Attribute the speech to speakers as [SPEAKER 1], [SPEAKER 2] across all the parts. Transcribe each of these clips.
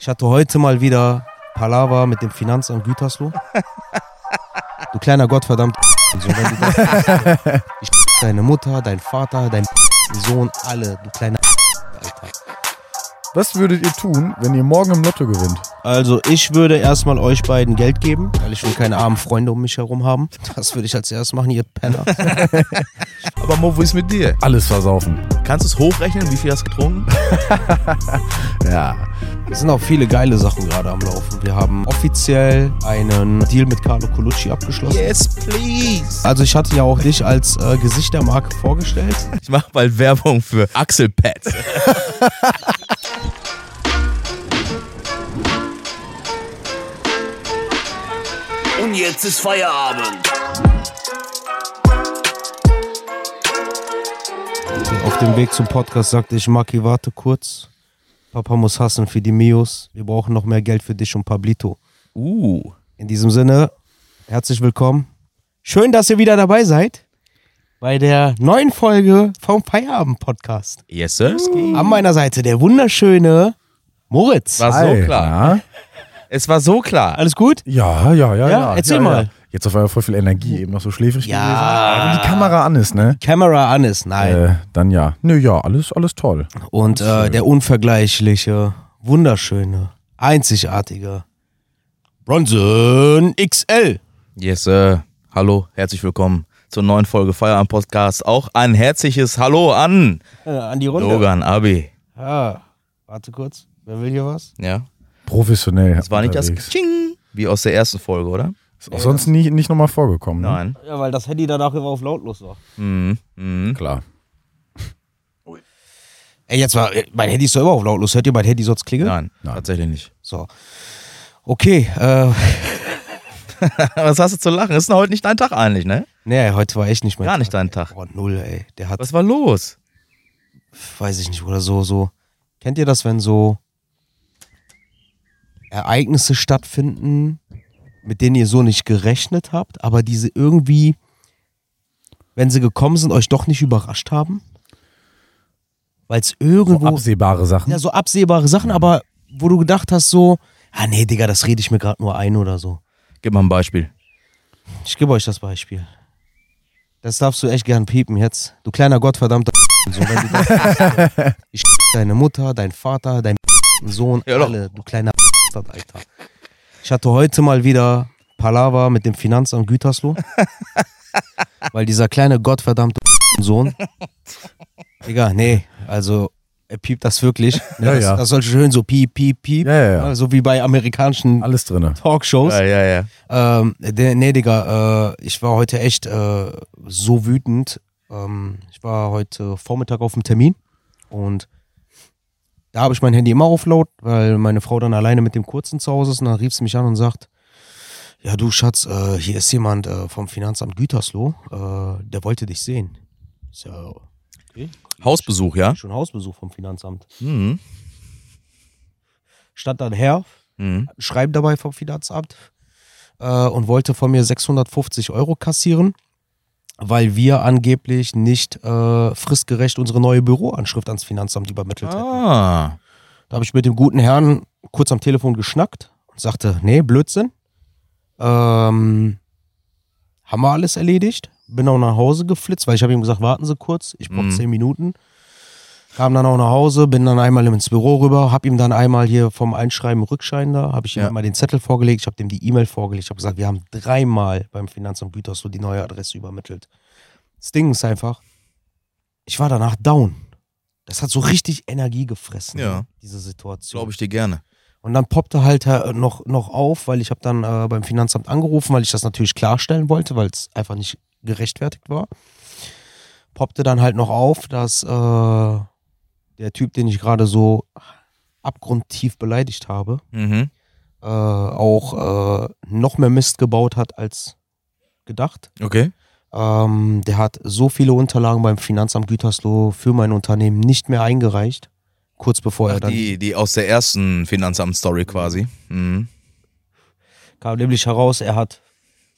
[SPEAKER 1] Ich hatte heute mal wieder Palaver mit dem Finanzamt Gütersloh. Du kleiner Gottverdammt. So, wenn du das ich deine Mutter, dein Vater, dein Sohn, alle, du kleiner Alter.
[SPEAKER 2] Was würdet ihr tun, wenn ihr morgen im Lotto gewinnt?
[SPEAKER 1] Also ich würde erstmal euch beiden Geld geben, weil ich will keine armen Freunde um mich herum haben. Das würde ich als erstes machen, ihr Penner.
[SPEAKER 3] Aber Mo, wo ist mit dir?
[SPEAKER 2] Alles versaufen.
[SPEAKER 3] Kannst du es hochrechnen, wie viel hast du getrunken?
[SPEAKER 2] Ja.
[SPEAKER 1] Es sind auch viele geile Sachen gerade am Laufen. Wir haben offiziell einen Deal mit Carlo Colucci abgeschlossen.
[SPEAKER 3] Yes, please.
[SPEAKER 1] Also ich hatte ja auch dich als äh, Gesicht der Marke vorgestellt.
[SPEAKER 3] Ich mache bald Werbung für Axelpads.
[SPEAKER 4] Und jetzt ist Feierabend.
[SPEAKER 1] Auf dem Weg zum Podcast sagte ich, Maki, warte kurz. Papa muss hassen für die Mios. Wir brauchen noch mehr Geld für dich und Pablito.
[SPEAKER 3] Uh.
[SPEAKER 1] In diesem Sinne, herzlich willkommen. Schön, dass ihr wieder dabei seid bei der neuen Folge vom Feierabend-Podcast.
[SPEAKER 3] Yes, sir.
[SPEAKER 1] An meiner Seite der wunderschöne Moritz.
[SPEAKER 3] War so
[SPEAKER 2] Alter.
[SPEAKER 3] klar. Es war so klar.
[SPEAKER 1] Alles gut?
[SPEAKER 2] Ja, ja, ja, ja.
[SPEAKER 1] erzähl
[SPEAKER 2] ja,
[SPEAKER 1] mal.
[SPEAKER 2] Ja. Jetzt auf einmal voll viel Energie, eben noch so schläfrig
[SPEAKER 1] Ja.
[SPEAKER 2] gewesen. Wenn die Kamera an ist, ne?
[SPEAKER 1] Kamera an ist, nein.
[SPEAKER 2] Äh, dann ja. Nö, ja, alles, alles toll.
[SPEAKER 1] Und äh, der unvergleichliche, wunderschöne, einzigartige Bronson XL.
[SPEAKER 3] Yes, sir. Hallo, herzlich willkommen zur neuen Folge Feierabend Podcast. Auch ein herzliches Hallo an
[SPEAKER 1] Äh, an die Runde.
[SPEAKER 3] Logan Abi.
[SPEAKER 1] Ah, warte kurz. Wer will hier was?
[SPEAKER 3] Ja,
[SPEAKER 2] Professionell.
[SPEAKER 3] das war nicht das
[SPEAKER 2] unterwegs.
[SPEAKER 3] Ching wie aus der ersten Folge, oder?
[SPEAKER 2] Ist auch sonst nie, nicht nochmal vorgekommen. Ne?
[SPEAKER 3] Nein.
[SPEAKER 1] Ja, weil das Handy danach immer auf lautlos war.
[SPEAKER 3] Mhm. Mhm.
[SPEAKER 2] Klar.
[SPEAKER 1] Ey, jetzt war, äh, mein Handy ist doch immer auf lautlos. Hört ihr mein Handy sonst klingeln?
[SPEAKER 3] Nein, tatsächlich nicht.
[SPEAKER 1] So. Okay, äh,
[SPEAKER 3] Was hast du zu lachen? Ist denn heute nicht dein Tag eigentlich, ne?
[SPEAKER 1] nee, heute war echt nicht mein
[SPEAKER 3] Gar nicht dein Tag.
[SPEAKER 1] Boah, null, ey. Der hat,
[SPEAKER 3] Was war los?
[SPEAKER 1] weiß ich nicht, oder so, so. Kennt ihr das, wenn so Ereignisse stattfinden, mit denen ihr so nicht gerechnet habt, aber diese irgendwie, wenn sie gekommen sind, euch doch nicht überrascht haben? Weil es irgendwo.
[SPEAKER 2] Absehbare Sachen.
[SPEAKER 1] Ja, so absehbare Sachen, aber wo du gedacht hast, so, ah nee, Digga, das rede ich mir gerade nur ein oder so.
[SPEAKER 3] Gib mal ein Beispiel.
[SPEAKER 1] Ich gebe euch das Beispiel. Das darfst du echt gern piepen jetzt. Du kleiner Gottverdammter. So, wenn du das ich deine Mutter, dein Vater, dein Sohn,
[SPEAKER 3] Ja, doch.
[SPEAKER 1] alle, du kleiner Alter. Ich hatte heute mal wieder Palaver mit dem Finanzamt Gütersloh. weil dieser kleine gottverdammte Sohn. Digga, nee, also er piept das wirklich. Ne,
[SPEAKER 2] Ja,
[SPEAKER 1] das,
[SPEAKER 2] ja.
[SPEAKER 1] das soll schön so piep, piep, piep.
[SPEAKER 2] Ja, ja, ja.
[SPEAKER 1] So wie bei amerikanischen
[SPEAKER 2] Alles drinne.
[SPEAKER 1] Talkshows.
[SPEAKER 3] Ja, ja, ja.
[SPEAKER 1] Ähm, der, nee, Digga, äh, ich war heute echt äh, so wütend. Ähm, ich war heute Vormittag auf dem Termin und da habe ich mein Handy immer auf laut, weil meine Frau dann alleine mit dem Kurzen zu Hause ist und dann rief sie mich an und sagt, ja du Schatz, äh, hier ist jemand äh, vom Finanzamt Gütersloh, äh, der wollte dich sehen. So,
[SPEAKER 3] Hausbesuch, ja?
[SPEAKER 1] schon Hausbesuch vom Finanzamt.
[SPEAKER 3] Mhm.
[SPEAKER 1] Stand dann her,
[SPEAKER 3] Mhm.
[SPEAKER 1] Schreiben dabei vom Finanzamt äh, und wollte von mir 650 Euro kassieren, weil wir angeblich nicht äh, fristgerecht unsere neue Büroanschrift ans Finanzamt übermittelt hätten.
[SPEAKER 3] Ah.
[SPEAKER 1] Da habe ich mit dem guten Herrn kurz am Telefon geschnackt und sagte, nee, Blödsinn. Ähm, haben wir alles erledigt? Bin auch nach Hause geflitzt, weil ich habe ihm gesagt, warten Sie kurz, ich brauche
[SPEAKER 3] Mhm.
[SPEAKER 1] zehn Minuten. Kam dann auch nach Hause, bin dann einmal ins Büro rüber, habe ihm dann einmal hier vom Einschreiben Rückschein da, habe ich ihm
[SPEAKER 3] Ja.
[SPEAKER 1] einmal den Zettel vorgelegt, ich habe dem die E-Mail vorgelegt, ich habe gesagt, wir haben dreimal beim Finanzamt Gütersloh die neue Adresse übermittelt. Das Ding ist einfach, ich war danach down. Das hat so richtig Energie gefressen,
[SPEAKER 3] Ja.
[SPEAKER 1] diese Situation.
[SPEAKER 3] Glaube ich dir gerne.
[SPEAKER 1] Und dann poppte halt äh, noch, noch auf, weil ich habe dann äh, beim Finanzamt angerufen, weil ich das natürlich klarstellen wollte, weil es einfach nicht gerechtfertigt war. Poppte dann halt noch auf, dass äh, der Typ, den ich gerade so abgrundtief beleidigt habe,
[SPEAKER 3] Mhm.
[SPEAKER 1] äh, auch äh, noch mehr Mist gebaut hat als gedacht.
[SPEAKER 3] Okay.
[SPEAKER 1] Ähm, der hat so viele Unterlagen beim Finanzamt Gütersloh für mein Unternehmen nicht mehr eingereicht, kurz bevor er
[SPEAKER 3] Ach,
[SPEAKER 1] dann
[SPEAKER 3] die, die aus der ersten Finanzamt-Story quasi. Mhm.
[SPEAKER 1] kam nämlich heraus, er hat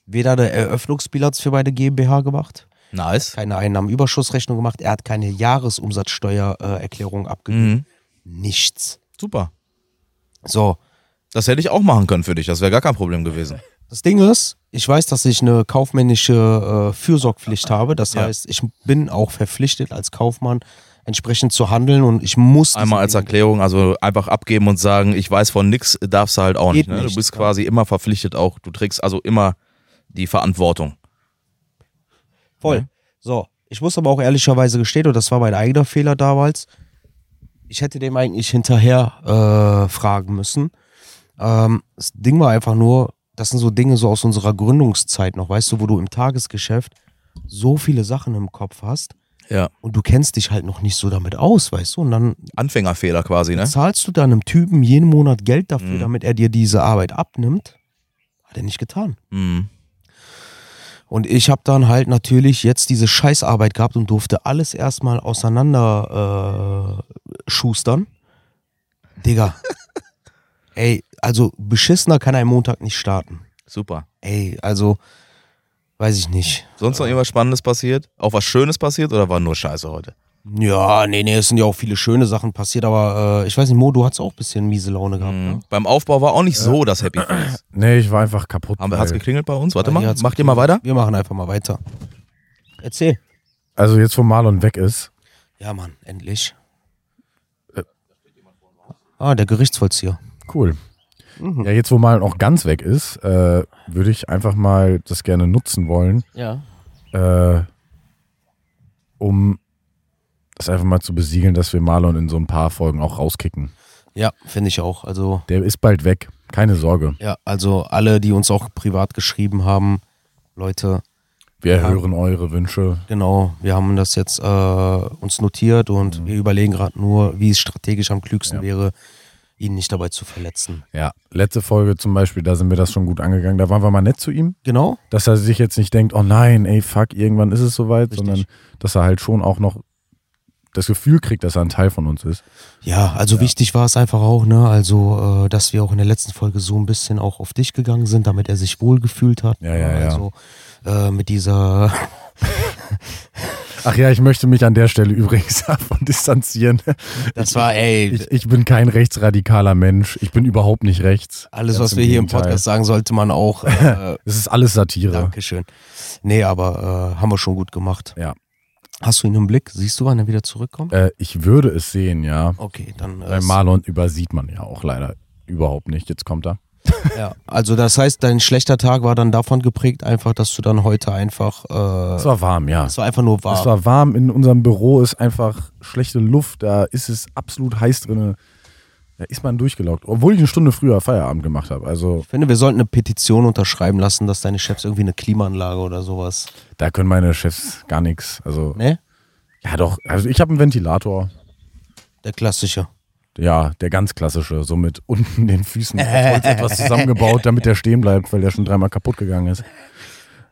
[SPEAKER 1] weder eine Eröffnungsbilanz für meine GmbH gemacht,
[SPEAKER 3] Nice.
[SPEAKER 1] keine Einnahmenüberschussrechnung gemacht, er hat keine Jahresumsatzsteuererklärung äh, Erklärung abgegeben.
[SPEAKER 3] Mhm.
[SPEAKER 1] Nichts.
[SPEAKER 3] Super.
[SPEAKER 1] So,
[SPEAKER 3] Das hätte ich auch machen können für dich. Das wäre gar kein Problem gewesen.
[SPEAKER 1] das Ding ist, ich weiß, dass ich eine kaufmännische äh, Fürsorgpflicht habe. Das
[SPEAKER 3] Ja.
[SPEAKER 1] heißt, ich bin auch verpflichtet als Kaufmann entsprechend zu handeln und ich muss diesen
[SPEAKER 3] Einmal als
[SPEAKER 1] Ding-
[SPEAKER 3] Erklärung, also einfach abgeben und sagen, ich weiß von nix, darfst du halt auch
[SPEAKER 1] Geht
[SPEAKER 3] nicht. Ne? Du
[SPEAKER 1] nicht,
[SPEAKER 3] bist
[SPEAKER 1] ja.
[SPEAKER 3] quasi immer verpflichtet auch. Du trägst also immer die Verantwortung.
[SPEAKER 1] Voll. So, ich muss aber auch ehrlicherweise gestehen, und das war mein eigener Fehler damals, ich hätte dem eigentlich hinterher äh, fragen müssen. Ähm, das Ding war einfach nur, das sind so Dinge so aus unserer Gründungszeit noch, weißt du, wo du im Tagesgeschäft so viele Sachen im Kopf hast
[SPEAKER 3] Ja.
[SPEAKER 1] und du kennst dich halt noch nicht so damit aus, weißt du, und dann
[SPEAKER 3] Anfängerfehler quasi, ne?
[SPEAKER 1] zahlst du dann einem Typen jeden Monat Geld dafür,
[SPEAKER 3] Mhm.
[SPEAKER 1] damit er dir diese Arbeit abnimmt. Hat er nicht getan.
[SPEAKER 3] Mhm.
[SPEAKER 1] Und ich habe dann halt natürlich jetzt diese Scheißarbeit gehabt und durfte alles erstmal auseinander äh, schustern. Digga. Ey, also beschissener kann ein Montag nicht starten.
[SPEAKER 3] Super.
[SPEAKER 1] Ey, also weiß ich nicht.
[SPEAKER 3] Sonst noch irgendwas Spannendes passiert? Auch was Schönes passiert oder war nur Scheiße heute?
[SPEAKER 1] Ja, nee, nee, es sind ja auch viele schöne Sachen passiert, aber äh, ich weiß nicht, Mo, du hattest auch ein bisschen miese Laune gehabt.
[SPEAKER 3] Mhm.
[SPEAKER 1] Ne?
[SPEAKER 3] Beim Aufbau war auch nicht so das Happy Face.
[SPEAKER 2] Nee, ich war einfach kaputt.
[SPEAKER 3] Haben wir- Hat's
[SPEAKER 2] weil-
[SPEAKER 3] geklingelt bei uns? Warte
[SPEAKER 1] Bei dir
[SPEAKER 3] mal,
[SPEAKER 1] hat's
[SPEAKER 3] macht ihr mal weiter?
[SPEAKER 1] Wir machen einfach mal weiter. Erzähl.
[SPEAKER 2] also jetzt, wo Marlon weg ist,
[SPEAKER 1] Ja, Mann, endlich.
[SPEAKER 2] Äh.
[SPEAKER 1] Ah, der Gerichtsvollzieher.
[SPEAKER 2] cool. Ja, jetzt, wo Marlon auch ganz weg ist, äh, würde ich einfach mal das gerne nutzen wollen,
[SPEAKER 1] Ja.
[SPEAKER 2] äh, um das einfach mal zu besiegeln, dass wir Marlon in so ein paar Folgen auch rauskicken.
[SPEAKER 1] Ja, finde ich auch. Also,
[SPEAKER 2] Der ist bald weg, keine Sorge.
[SPEAKER 1] ja, also alle, die uns auch privat geschrieben haben, Leute,
[SPEAKER 2] Wir hören eure Wünsche.
[SPEAKER 1] genau, wir haben das jetzt äh, uns notiert und wir überlegen gerade nur, wie es strategisch am klügsten wäre, ihn nicht dabei zu verletzen.
[SPEAKER 2] Ja, letzte Folge zum Beispiel, da sind wir das schon gut angegangen. Da waren wir mal nett zu ihm.
[SPEAKER 1] Genau?
[SPEAKER 2] dass er sich jetzt nicht denkt, oh nein, ey, fuck, irgendwann ist es soweit,
[SPEAKER 1] Richtig.
[SPEAKER 2] sondern dass er halt schon auch noch das Gefühl kriegt, dass er ein Teil von uns ist.
[SPEAKER 1] Ja, also wichtig war es einfach auch, ne, also, äh, dass wir auch in der letzten Folge so ein bisschen auch auf dich gegangen sind, damit er sich wohlgefühlt hat.
[SPEAKER 2] Ja, ja, ja.
[SPEAKER 1] also, Äh, mit dieser,
[SPEAKER 2] Ach ja, ich möchte mich an der Stelle übrigens davon distanzieren.
[SPEAKER 1] das war, ey,
[SPEAKER 2] Ich, ich bin kein rechtsradikaler Mensch. Ich bin überhaupt nicht rechts.
[SPEAKER 1] alles,
[SPEAKER 2] Ganz
[SPEAKER 1] was wir hier im
[SPEAKER 2] Gegenteil.
[SPEAKER 1] Podcast sagen, sollte man auch äh,
[SPEAKER 2] Es ist alles Satire.
[SPEAKER 1] Dankeschön. Nee, aber äh, haben wir schon gut gemacht.
[SPEAKER 2] Ja.
[SPEAKER 1] Hast du ihn im Blick? Siehst du, wann er wieder zurückkommt?
[SPEAKER 2] Äh, ich würde es sehen, ja.
[SPEAKER 1] Okay, dann. Äh,
[SPEAKER 2] Weil Marlon übersieht man ja auch leider überhaupt nicht. Jetzt kommt er.
[SPEAKER 1] ja. Also das heißt, dein schlechter Tag war dann davon geprägt, einfach, dass du dann heute einfach. Äh,
[SPEAKER 2] Es war warm, ja.
[SPEAKER 1] es war einfach nur warm.
[SPEAKER 2] Es war warm. In unserem Büro ist einfach schlechte Luft. Da ist es absolut heiß drin. Da ist man durchgelockt. Obwohl ich eine Stunde früher Feierabend gemacht habe. Also
[SPEAKER 1] ich finde, wir sollten eine Petition unterschreiben lassen, dass deine Chefs irgendwie eine Klimaanlage oder sowas.
[SPEAKER 2] da können meine Chefs gar nichts. Also
[SPEAKER 1] Ne?
[SPEAKER 2] ja doch. Also ich habe einen Ventilator.
[SPEAKER 1] Der klassische.
[SPEAKER 2] Ja, der ganz klassische. So mit unten den Füßen auf Holz etwas zusammengebaut, damit der stehen bleibt, weil der schon dreimal kaputt gegangen ist.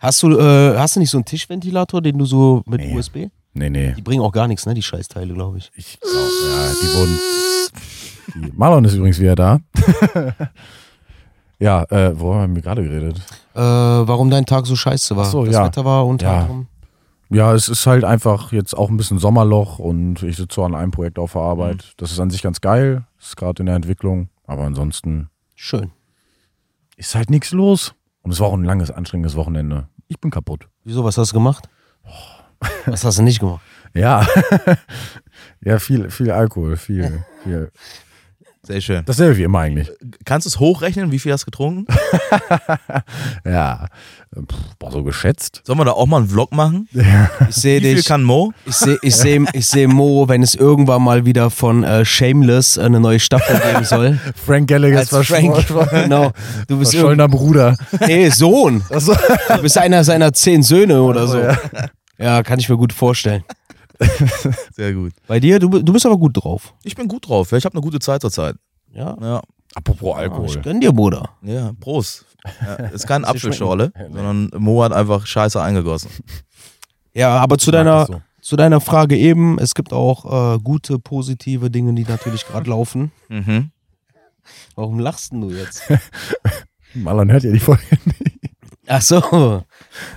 [SPEAKER 1] Hast du, äh, hast du nicht so einen Tischventilator, den du so mit
[SPEAKER 2] Nee.
[SPEAKER 1] USB?
[SPEAKER 2] Nee, nee.
[SPEAKER 1] Die bringen auch gar nichts, ne? Die Scheißteile, glaube ich.
[SPEAKER 2] Ich glaub, ja, die wurden. Die Marlon ist übrigens wieder da. ja, äh, worüber haben wir gerade geredet?
[SPEAKER 1] Äh, warum dein Tag so scheiße war?
[SPEAKER 2] Ach so,
[SPEAKER 1] das
[SPEAKER 2] ja.
[SPEAKER 1] Wetter war unter
[SPEAKER 2] Ja.
[SPEAKER 1] anderem.
[SPEAKER 2] Ja, es ist halt einfach jetzt auch ein bisschen Sommerloch und ich sitze so an einem Projekt auf der Arbeit. Das ist an sich ganz geil, ist gerade in der Entwicklung, aber ansonsten
[SPEAKER 1] Schön.
[SPEAKER 2] ist halt nichts los. Und es war auch ein langes, anstrengendes Wochenende. Ich bin kaputt.
[SPEAKER 1] Wieso, was hast du gemacht? Was hast du nicht gemacht?
[SPEAKER 2] Ja. ja, viel, viel Alkohol, viel, viel.
[SPEAKER 3] Sehr schön.
[SPEAKER 2] Dasselbe wie immer eigentlich.
[SPEAKER 3] Kannst du es hochrechnen, wie viel hast du getrunken?
[SPEAKER 2] Ja. Pff, boah, so geschätzt.
[SPEAKER 3] Sollen wir da auch mal einen Vlog machen?
[SPEAKER 1] Ich sehe
[SPEAKER 3] Wie viel
[SPEAKER 1] dich.
[SPEAKER 3] kann Mo?
[SPEAKER 1] Ich sehe ich seh, ich seh Mo, wenn es irgendwann mal wieder von äh, Shameless eine neue Staffel geben soll.
[SPEAKER 2] Frank Gallagher ist
[SPEAKER 1] Frank. Genau. Du bist irgend-
[SPEAKER 2] verschollener Bruder.
[SPEAKER 1] nee, Sohn. Du bist einer seiner zehn Söhne oder so. Ja. kann ich mir gut vorstellen.
[SPEAKER 3] Sehr gut.
[SPEAKER 1] Bei dir, du, bi- du bist aber gut drauf.
[SPEAKER 3] Ich bin gut drauf. Ich habe eine gute Zeit zurzeit.
[SPEAKER 1] Ja.
[SPEAKER 3] Ja,
[SPEAKER 2] Apropos
[SPEAKER 1] Ich
[SPEAKER 2] Alkohol.
[SPEAKER 1] gönn dir, Bruder.
[SPEAKER 3] ja, Prost. Ja, ist kein
[SPEAKER 1] Muss dir
[SPEAKER 3] Apfelschorle, sondern Mo hat einfach Scheiße eingegossen.
[SPEAKER 1] Ja, aber zu
[SPEAKER 2] mag
[SPEAKER 1] deiner,
[SPEAKER 2] das so.
[SPEAKER 1] zu deiner Frage eben, es gibt auch äh, gute, positive Dinge, die natürlich gerade laufen.
[SPEAKER 3] Mhm.
[SPEAKER 1] Warum lachst denn du jetzt?
[SPEAKER 2] Marlon Hm, hört ja die Folge nicht.
[SPEAKER 1] Ach so.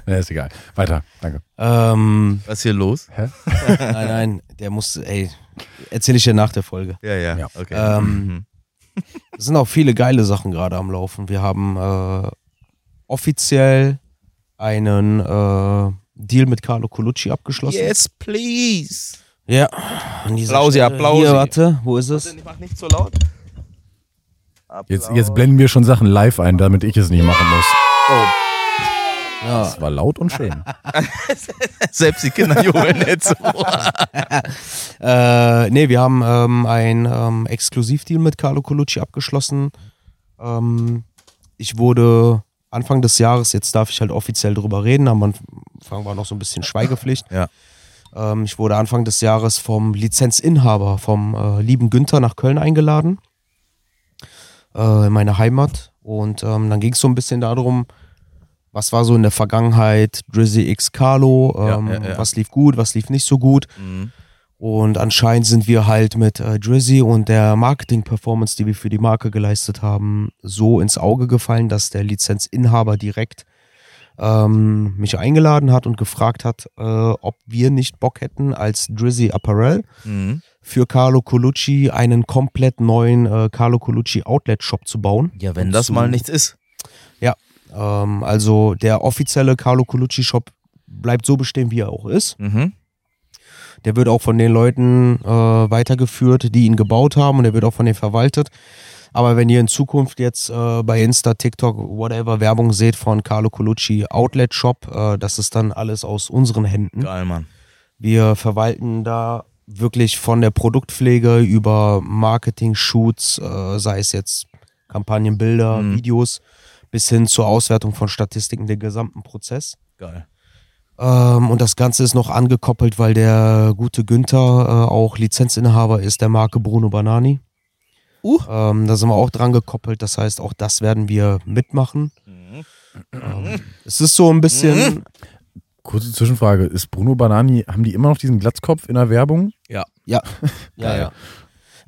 [SPEAKER 2] Nee, ist egal. Weiter. Danke.
[SPEAKER 1] Ähm,
[SPEAKER 3] Was ist hier los?
[SPEAKER 1] nein, nein, der muss, ey, erzähle ich dir nach der Folge.
[SPEAKER 3] Ja, ja.
[SPEAKER 2] Ja.
[SPEAKER 3] Okay.
[SPEAKER 1] Ähm,
[SPEAKER 3] Mhm.
[SPEAKER 1] Es sind auch viele geile Sachen gerade am Laufen. Wir haben äh, offiziell einen äh, Deal mit Carlo Colucci abgeschlossen.
[SPEAKER 3] Yes, please.
[SPEAKER 1] Ja. an dieser
[SPEAKER 3] Applausi,
[SPEAKER 1] Stelle.
[SPEAKER 3] Applausi.
[SPEAKER 1] Hier, warte, wo ist es?
[SPEAKER 3] Ich mach nicht so laut.
[SPEAKER 2] Jetzt, jetzt blenden wir schon Sachen live ein, damit ich es nicht machen muss.
[SPEAKER 1] Ja.
[SPEAKER 2] Das war laut und schön.
[SPEAKER 3] Selbst die Kinder jubeln jetzt.
[SPEAKER 1] Äh, nee, wir haben ähm, einen ähm, Exklusivdeal mit Carlo Colucci abgeschlossen. Ähm, ich wurde Anfang des Jahres, jetzt darf ich halt offiziell drüber reden, am Anfang war noch so ein bisschen Schweigepflicht.
[SPEAKER 3] Ja.
[SPEAKER 1] Ähm, ich wurde Anfang des Jahres vom Lizenzinhaber, vom äh, lieben Günther nach Köln eingeladen, äh, in meine Heimat. Und ähm, dann ging es so ein bisschen darum, was war so in der Vergangenheit Drizzy X Carlo,
[SPEAKER 3] Ja,
[SPEAKER 1] ähm,
[SPEAKER 3] ja, ja.
[SPEAKER 1] was lief gut, was lief nicht so gut.
[SPEAKER 3] Mhm.
[SPEAKER 1] Und anscheinend sind wir halt mit äh, Drizzy und der Marketing-Performance, die wir für die Marke geleistet haben, so ins Auge gefallen, dass der Lizenzinhaber direkt ähm, mich eingeladen hat und gefragt hat, äh, ob wir nicht Bock hätten, als Drizzy Apparel
[SPEAKER 3] Mhm.
[SPEAKER 1] für Carlo Colucci einen komplett neuen äh, Carlo Colucci Outlet-Shop zu bauen.
[SPEAKER 3] Ja, wenn das mal nichts ist.
[SPEAKER 1] Ähm, also der offizielle Carlo Colucci Shop bleibt so bestehen, wie er auch ist.
[SPEAKER 3] Mhm.
[SPEAKER 1] Der wird auch von den Leuten äh, weitergeführt, die ihn gebaut haben und der wird auch von denen verwaltet. Aber wenn ihr in Zukunft jetzt äh, bei Insta, TikTok, whatever Werbung seht von Carlo Colucci Outlet Shop, äh, das ist dann alles aus unseren Händen.
[SPEAKER 3] Geil, Mann.
[SPEAKER 1] Wir verwalten da wirklich von der Produktpflege über Marketing, Shoots, äh, sei es jetzt Kampagnen, Bilder,
[SPEAKER 3] Mhm.
[SPEAKER 1] Videos, bis hin zur Auswertung von Statistiken, den gesamten Prozess.
[SPEAKER 3] Geil.
[SPEAKER 1] Ähm, und das Ganze ist noch angekoppelt, weil der gute Günther äh, auch Lizenzinhaber ist der Marke Bruno Banani.
[SPEAKER 3] Uh.
[SPEAKER 1] Ähm, da sind wir auch dran gekoppelt, das heißt, auch das werden wir mitmachen. Ähm, es ist so ein bisschen,
[SPEAKER 2] Kurze Zwischenfrage. Ist Bruno Banani, haben die immer noch diesen Glatzkopf in der Werbung?
[SPEAKER 1] ja, ja, ja.
[SPEAKER 2] Geil.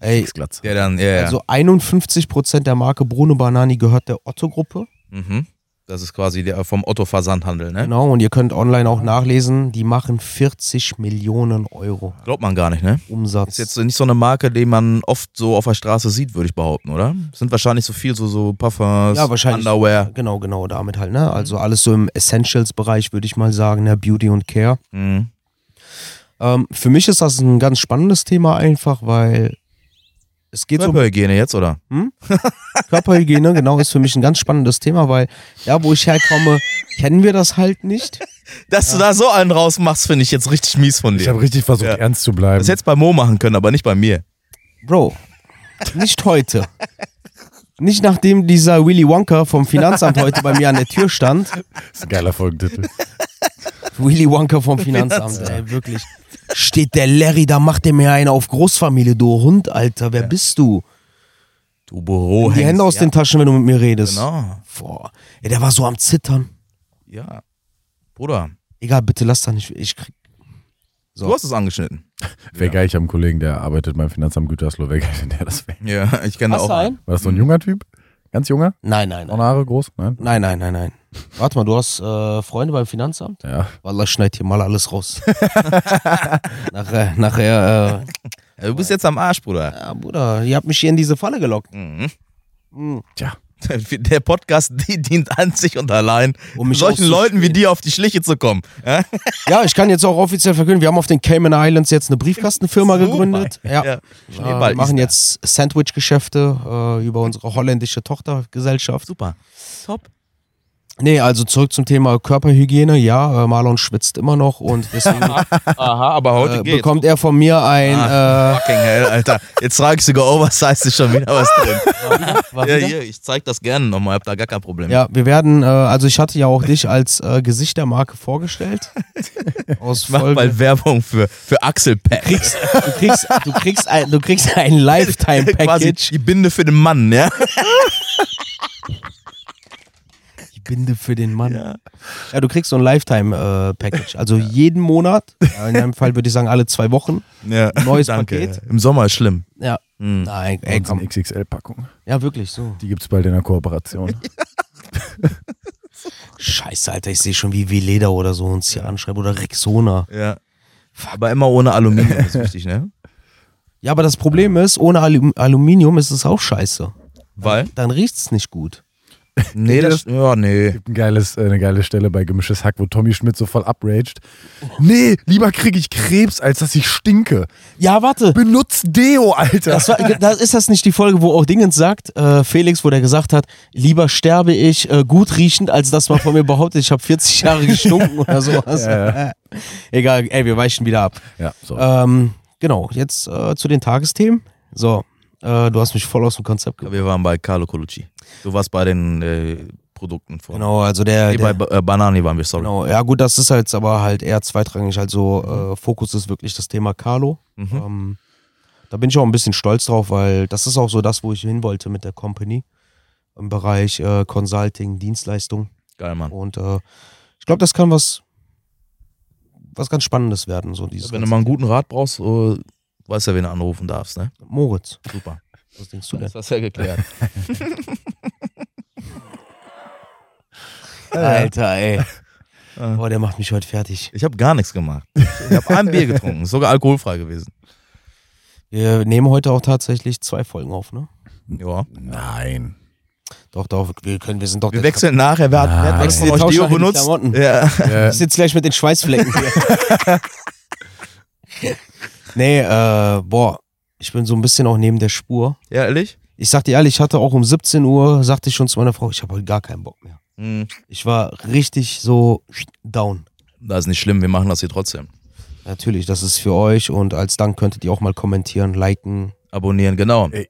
[SPEAKER 1] Ey,
[SPEAKER 2] Ist Glatz.
[SPEAKER 3] Ja, dann, ja, ja.
[SPEAKER 1] also 51% der Marke Bruno Banani gehört der Otto-Gruppe.
[SPEAKER 3] mhm. Das ist quasi der äh, vom Otto-Versandhandel, ne?
[SPEAKER 1] Genau, und ihr könnt online auch nachlesen, die machen 40 Millionen Euro
[SPEAKER 3] Glaubt man gar nicht, ne?
[SPEAKER 1] Umsatz.
[SPEAKER 3] Ist jetzt nicht so eine Marke, die man oft so auf der Straße sieht, würde ich behaupten, oder? Sind wahrscheinlich so viel so, so Parfums,
[SPEAKER 1] Ja, wahrscheinlich.
[SPEAKER 3] Underwear.
[SPEAKER 1] Genau, genau, damit halt, ne? Also alles so im Essentials-Bereich, würde ich mal sagen, ne? Beauty und Care.
[SPEAKER 3] Mhm.
[SPEAKER 1] Ähm, für mich ist das ein ganz spannendes Thema einfach, weil es geht um
[SPEAKER 3] Körperhygiene jetzt, oder?
[SPEAKER 1] Körperhygiene, genau, ist für mich ein ganz spannendes Thema, weil da, wo ich herkomme, kennen wir das halt nicht.
[SPEAKER 3] Dass du da so einen draus machst, finde ich jetzt richtig mies von
[SPEAKER 2] Ich
[SPEAKER 3] dir.
[SPEAKER 2] habe richtig versucht,
[SPEAKER 3] Ja.
[SPEAKER 2] ernst zu bleiben.
[SPEAKER 3] Das hättest du bei Mo machen können, aber nicht bei mir.
[SPEAKER 1] Bro, nicht heute. Nicht nachdem dieser Willy Wonka vom Finanzamt heute bei mir an der Tür stand.
[SPEAKER 2] ist ein geiler Folgentitel.
[SPEAKER 1] Willy Wonka vom Finanzamt, ey, wirklich. Steht der Larry, da macht der mir einen auf Großfamilie, du Hund, Alter, wer bist du?
[SPEAKER 3] Du Büro.
[SPEAKER 1] Die Hände aus den Taschen, wenn du mit mir redest.
[SPEAKER 3] Genau.
[SPEAKER 1] Boah, ey, der war so am Zittern.
[SPEAKER 3] Ja. Bruder,
[SPEAKER 1] Egal, bitte lass da nicht. Ich krieg.
[SPEAKER 3] du hast es angeschnitten.
[SPEAKER 2] Wäre geil, ich habe einen Kollegen, der arbeitet beim Finanzamt Gütersloh. Wäre geil, wenn der das wäre.
[SPEAKER 3] Ja, ich kenne da auch. einen.
[SPEAKER 2] War das so ein junger Typ? Ganz junger?
[SPEAKER 1] Nein, nein, nein.
[SPEAKER 2] Ohne Haare groß? Nein?
[SPEAKER 1] Nein, nein, nein, nein. Warte mal, du hast äh, Freunde beim Finanzamt?
[SPEAKER 2] Ja.
[SPEAKER 1] Wallah, schneid hier mal alles raus. nachher, nachher,
[SPEAKER 3] Ja, Du bist jetzt am Arsch, Bruder.
[SPEAKER 1] äh, ja, Bruder, ihr habt mich hier in diese Falle gelockt.
[SPEAKER 3] Mhm.
[SPEAKER 2] Tja.
[SPEAKER 3] Der Podcast die dient an sich und allein,
[SPEAKER 1] Um
[SPEAKER 3] um
[SPEAKER 1] mich
[SPEAKER 3] solchen
[SPEAKER 1] auszuspielen.
[SPEAKER 3] Leuten wie dir auf die Schliche zu kommen. Ja?
[SPEAKER 1] Ja, ich kann jetzt auch offiziell verkünden, wir haben auf den Cayman Islands jetzt eine Briefkastenfirma
[SPEAKER 3] Super.
[SPEAKER 1] gegründet. Ja.
[SPEAKER 3] Ja. Ah,
[SPEAKER 1] Äh, wir machen jetzt Sandwich-Geschäfte äh, über unsere holländische Tochtergesellschaft.
[SPEAKER 3] Super. Top.
[SPEAKER 1] Nee, also zurück zum Thema Körperhygiene. Ja, äh, Marlon schwitzt immer noch und deswegen
[SPEAKER 3] Aha, aber heute
[SPEAKER 1] äh,
[SPEAKER 3] geht's.
[SPEAKER 1] bekommt er von mir ein.
[SPEAKER 3] Ah,
[SPEAKER 1] äh,
[SPEAKER 3] fucking hell, Alter. Jetzt trage ich sogar Oversize, ist schon wieder was drin.
[SPEAKER 1] war
[SPEAKER 3] Ja,
[SPEAKER 1] wieder?
[SPEAKER 3] hier, ich zeig das gerne nochmal, hab da gar kein Problem.
[SPEAKER 1] ja, wir werden, äh, also ich hatte ja auch dich als äh, Gesicht der Marke vorgestellt. Aus
[SPEAKER 3] Mach
[SPEAKER 1] Folge.
[SPEAKER 3] mal Werbung für, für Axel-Packs.
[SPEAKER 1] Du kriegst, du kriegst ein, du kriegst ein
[SPEAKER 3] Quasi
[SPEAKER 1] Lifetime-Package.
[SPEAKER 3] die Binde für den Mann, ja?
[SPEAKER 1] Die Binde für den Mann. Ja, du kriegst so ein Lifetime-Package. also jeden Monat, äh, in deinem Fall würde ich sagen alle zwei Wochen.
[SPEAKER 3] ja.
[SPEAKER 1] Neues
[SPEAKER 3] Danke.
[SPEAKER 1] Paket.
[SPEAKER 3] Im Sommer ist schlimm.
[SPEAKER 1] Ja.
[SPEAKER 3] Hm.
[SPEAKER 1] Nein, ey,
[SPEAKER 2] Und so
[SPEAKER 1] komm.
[SPEAKER 2] eine XXL-Packung.
[SPEAKER 1] Ja, wirklich so.
[SPEAKER 2] Die gibt's bald in der Kooperation.
[SPEAKER 1] Scheiße, Alter, ich sehe schon, wie Veleda oder so uns hier anschreibt oder Rexona.
[SPEAKER 3] Ja. Aber immer ohne Aluminium ist wichtig, ne?
[SPEAKER 1] Ja, aber das Problem ist, ohne Alu Aluminium ist es auch scheiße.
[SPEAKER 3] Weil?
[SPEAKER 1] Dann riecht's nicht gut.
[SPEAKER 3] Nee, das. Ja, nee.
[SPEAKER 2] gibt ein geiles, äh, eine geile Stelle bei Gemisches Hack, wo Tommy Schmidt so voll upraged. Nee, lieber kriege ich Krebs, als dass ich stinke.
[SPEAKER 1] Ja, warte.
[SPEAKER 2] Benutz Deo, Alter.
[SPEAKER 1] Das war, das ist das nicht die Folge, wo auch Dingens sagt, äh, Felix, wo der gesagt hat, lieber sterbe ich äh, gut riechend, als dass man von mir behauptet, ich habe 40 Jahre gestunken oder sowas. Egal, ey, wir weichen wieder ab.
[SPEAKER 2] ja, so.
[SPEAKER 3] Äh.
[SPEAKER 1] Ähm, genau, jetzt äh, zu den Tagesthemen. So, äh, du hast mich voll aus dem Konzept gebracht.
[SPEAKER 3] Wir waren bei Carlo Colucci. Du warst bei den äh, Produkten vor.
[SPEAKER 1] Genau, also der,
[SPEAKER 3] Nee,
[SPEAKER 1] der
[SPEAKER 3] bei Ba- äh, Banani waren wir, sorry.
[SPEAKER 1] Genau, ja gut, das ist halt aber halt eher zweitrangig. Also äh, Fokus ist wirklich das Thema Carlo.
[SPEAKER 3] Hm? Mhm.
[SPEAKER 1] Ähm, da bin ich auch ein bisschen stolz drauf, weil das ist auch so das, wo ich hin wollte mit der Company im Bereich äh, Consulting, Dienstleistung.
[SPEAKER 3] Geil, Mann.
[SPEAKER 1] Und äh, ich glaube, das kann was, was ganz Spannendes werden. So dieses
[SPEAKER 3] Wenn du mal einen guten Rat brauchst, äh, weißt ja, wen du anrufen darfst, ne?
[SPEAKER 1] ganze- Moritz,
[SPEAKER 3] Super.
[SPEAKER 1] was denkst du denn?
[SPEAKER 3] hast du ja geklärt.
[SPEAKER 1] Alter, ey. Boah, der macht mich heute fertig.
[SPEAKER 3] Ich habe gar nichts gemacht. Ich habe ein Bier getrunken, ist sogar alkoholfrei gewesen.
[SPEAKER 1] Wir nehmen heute auch tatsächlich zwei Folgen auf, ne?
[SPEAKER 3] Ja.
[SPEAKER 2] Nein.
[SPEAKER 1] Doch, doch, wir können, wir sind doch
[SPEAKER 3] Wir
[SPEAKER 1] der-
[SPEAKER 3] wechseln nachher. Wer hat, Ah. wer
[SPEAKER 2] Ah.
[SPEAKER 3] hat
[SPEAKER 1] Wir
[SPEAKER 3] von euch
[SPEAKER 1] tauschen
[SPEAKER 3] Deo
[SPEAKER 1] nachher die
[SPEAKER 3] benutzt?
[SPEAKER 1] Klamotten.
[SPEAKER 3] Ja.
[SPEAKER 2] Äh,
[SPEAKER 1] Ich sitze gleich mit den Schweißflecken hier. nee, äh, boah, ich bin so ein bisschen auch neben der Spur.
[SPEAKER 3] ja, ehrlich?
[SPEAKER 1] Ich sag dir ehrlich, ich hatte auch um 17 Uhr, sagte ich schon zu meiner Frau, ich habe heute gar keinen Bock mehr.
[SPEAKER 3] Hm.
[SPEAKER 1] Ich war richtig so down.
[SPEAKER 3] Das ist nicht schlimm, wir machen das hier trotzdem.
[SPEAKER 1] Natürlich, das ist für euch und als Dank könntet ihr auch mal kommentieren, liken.
[SPEAKER 3] Abonnieren, genau.
[SPEAKER 2] Ey.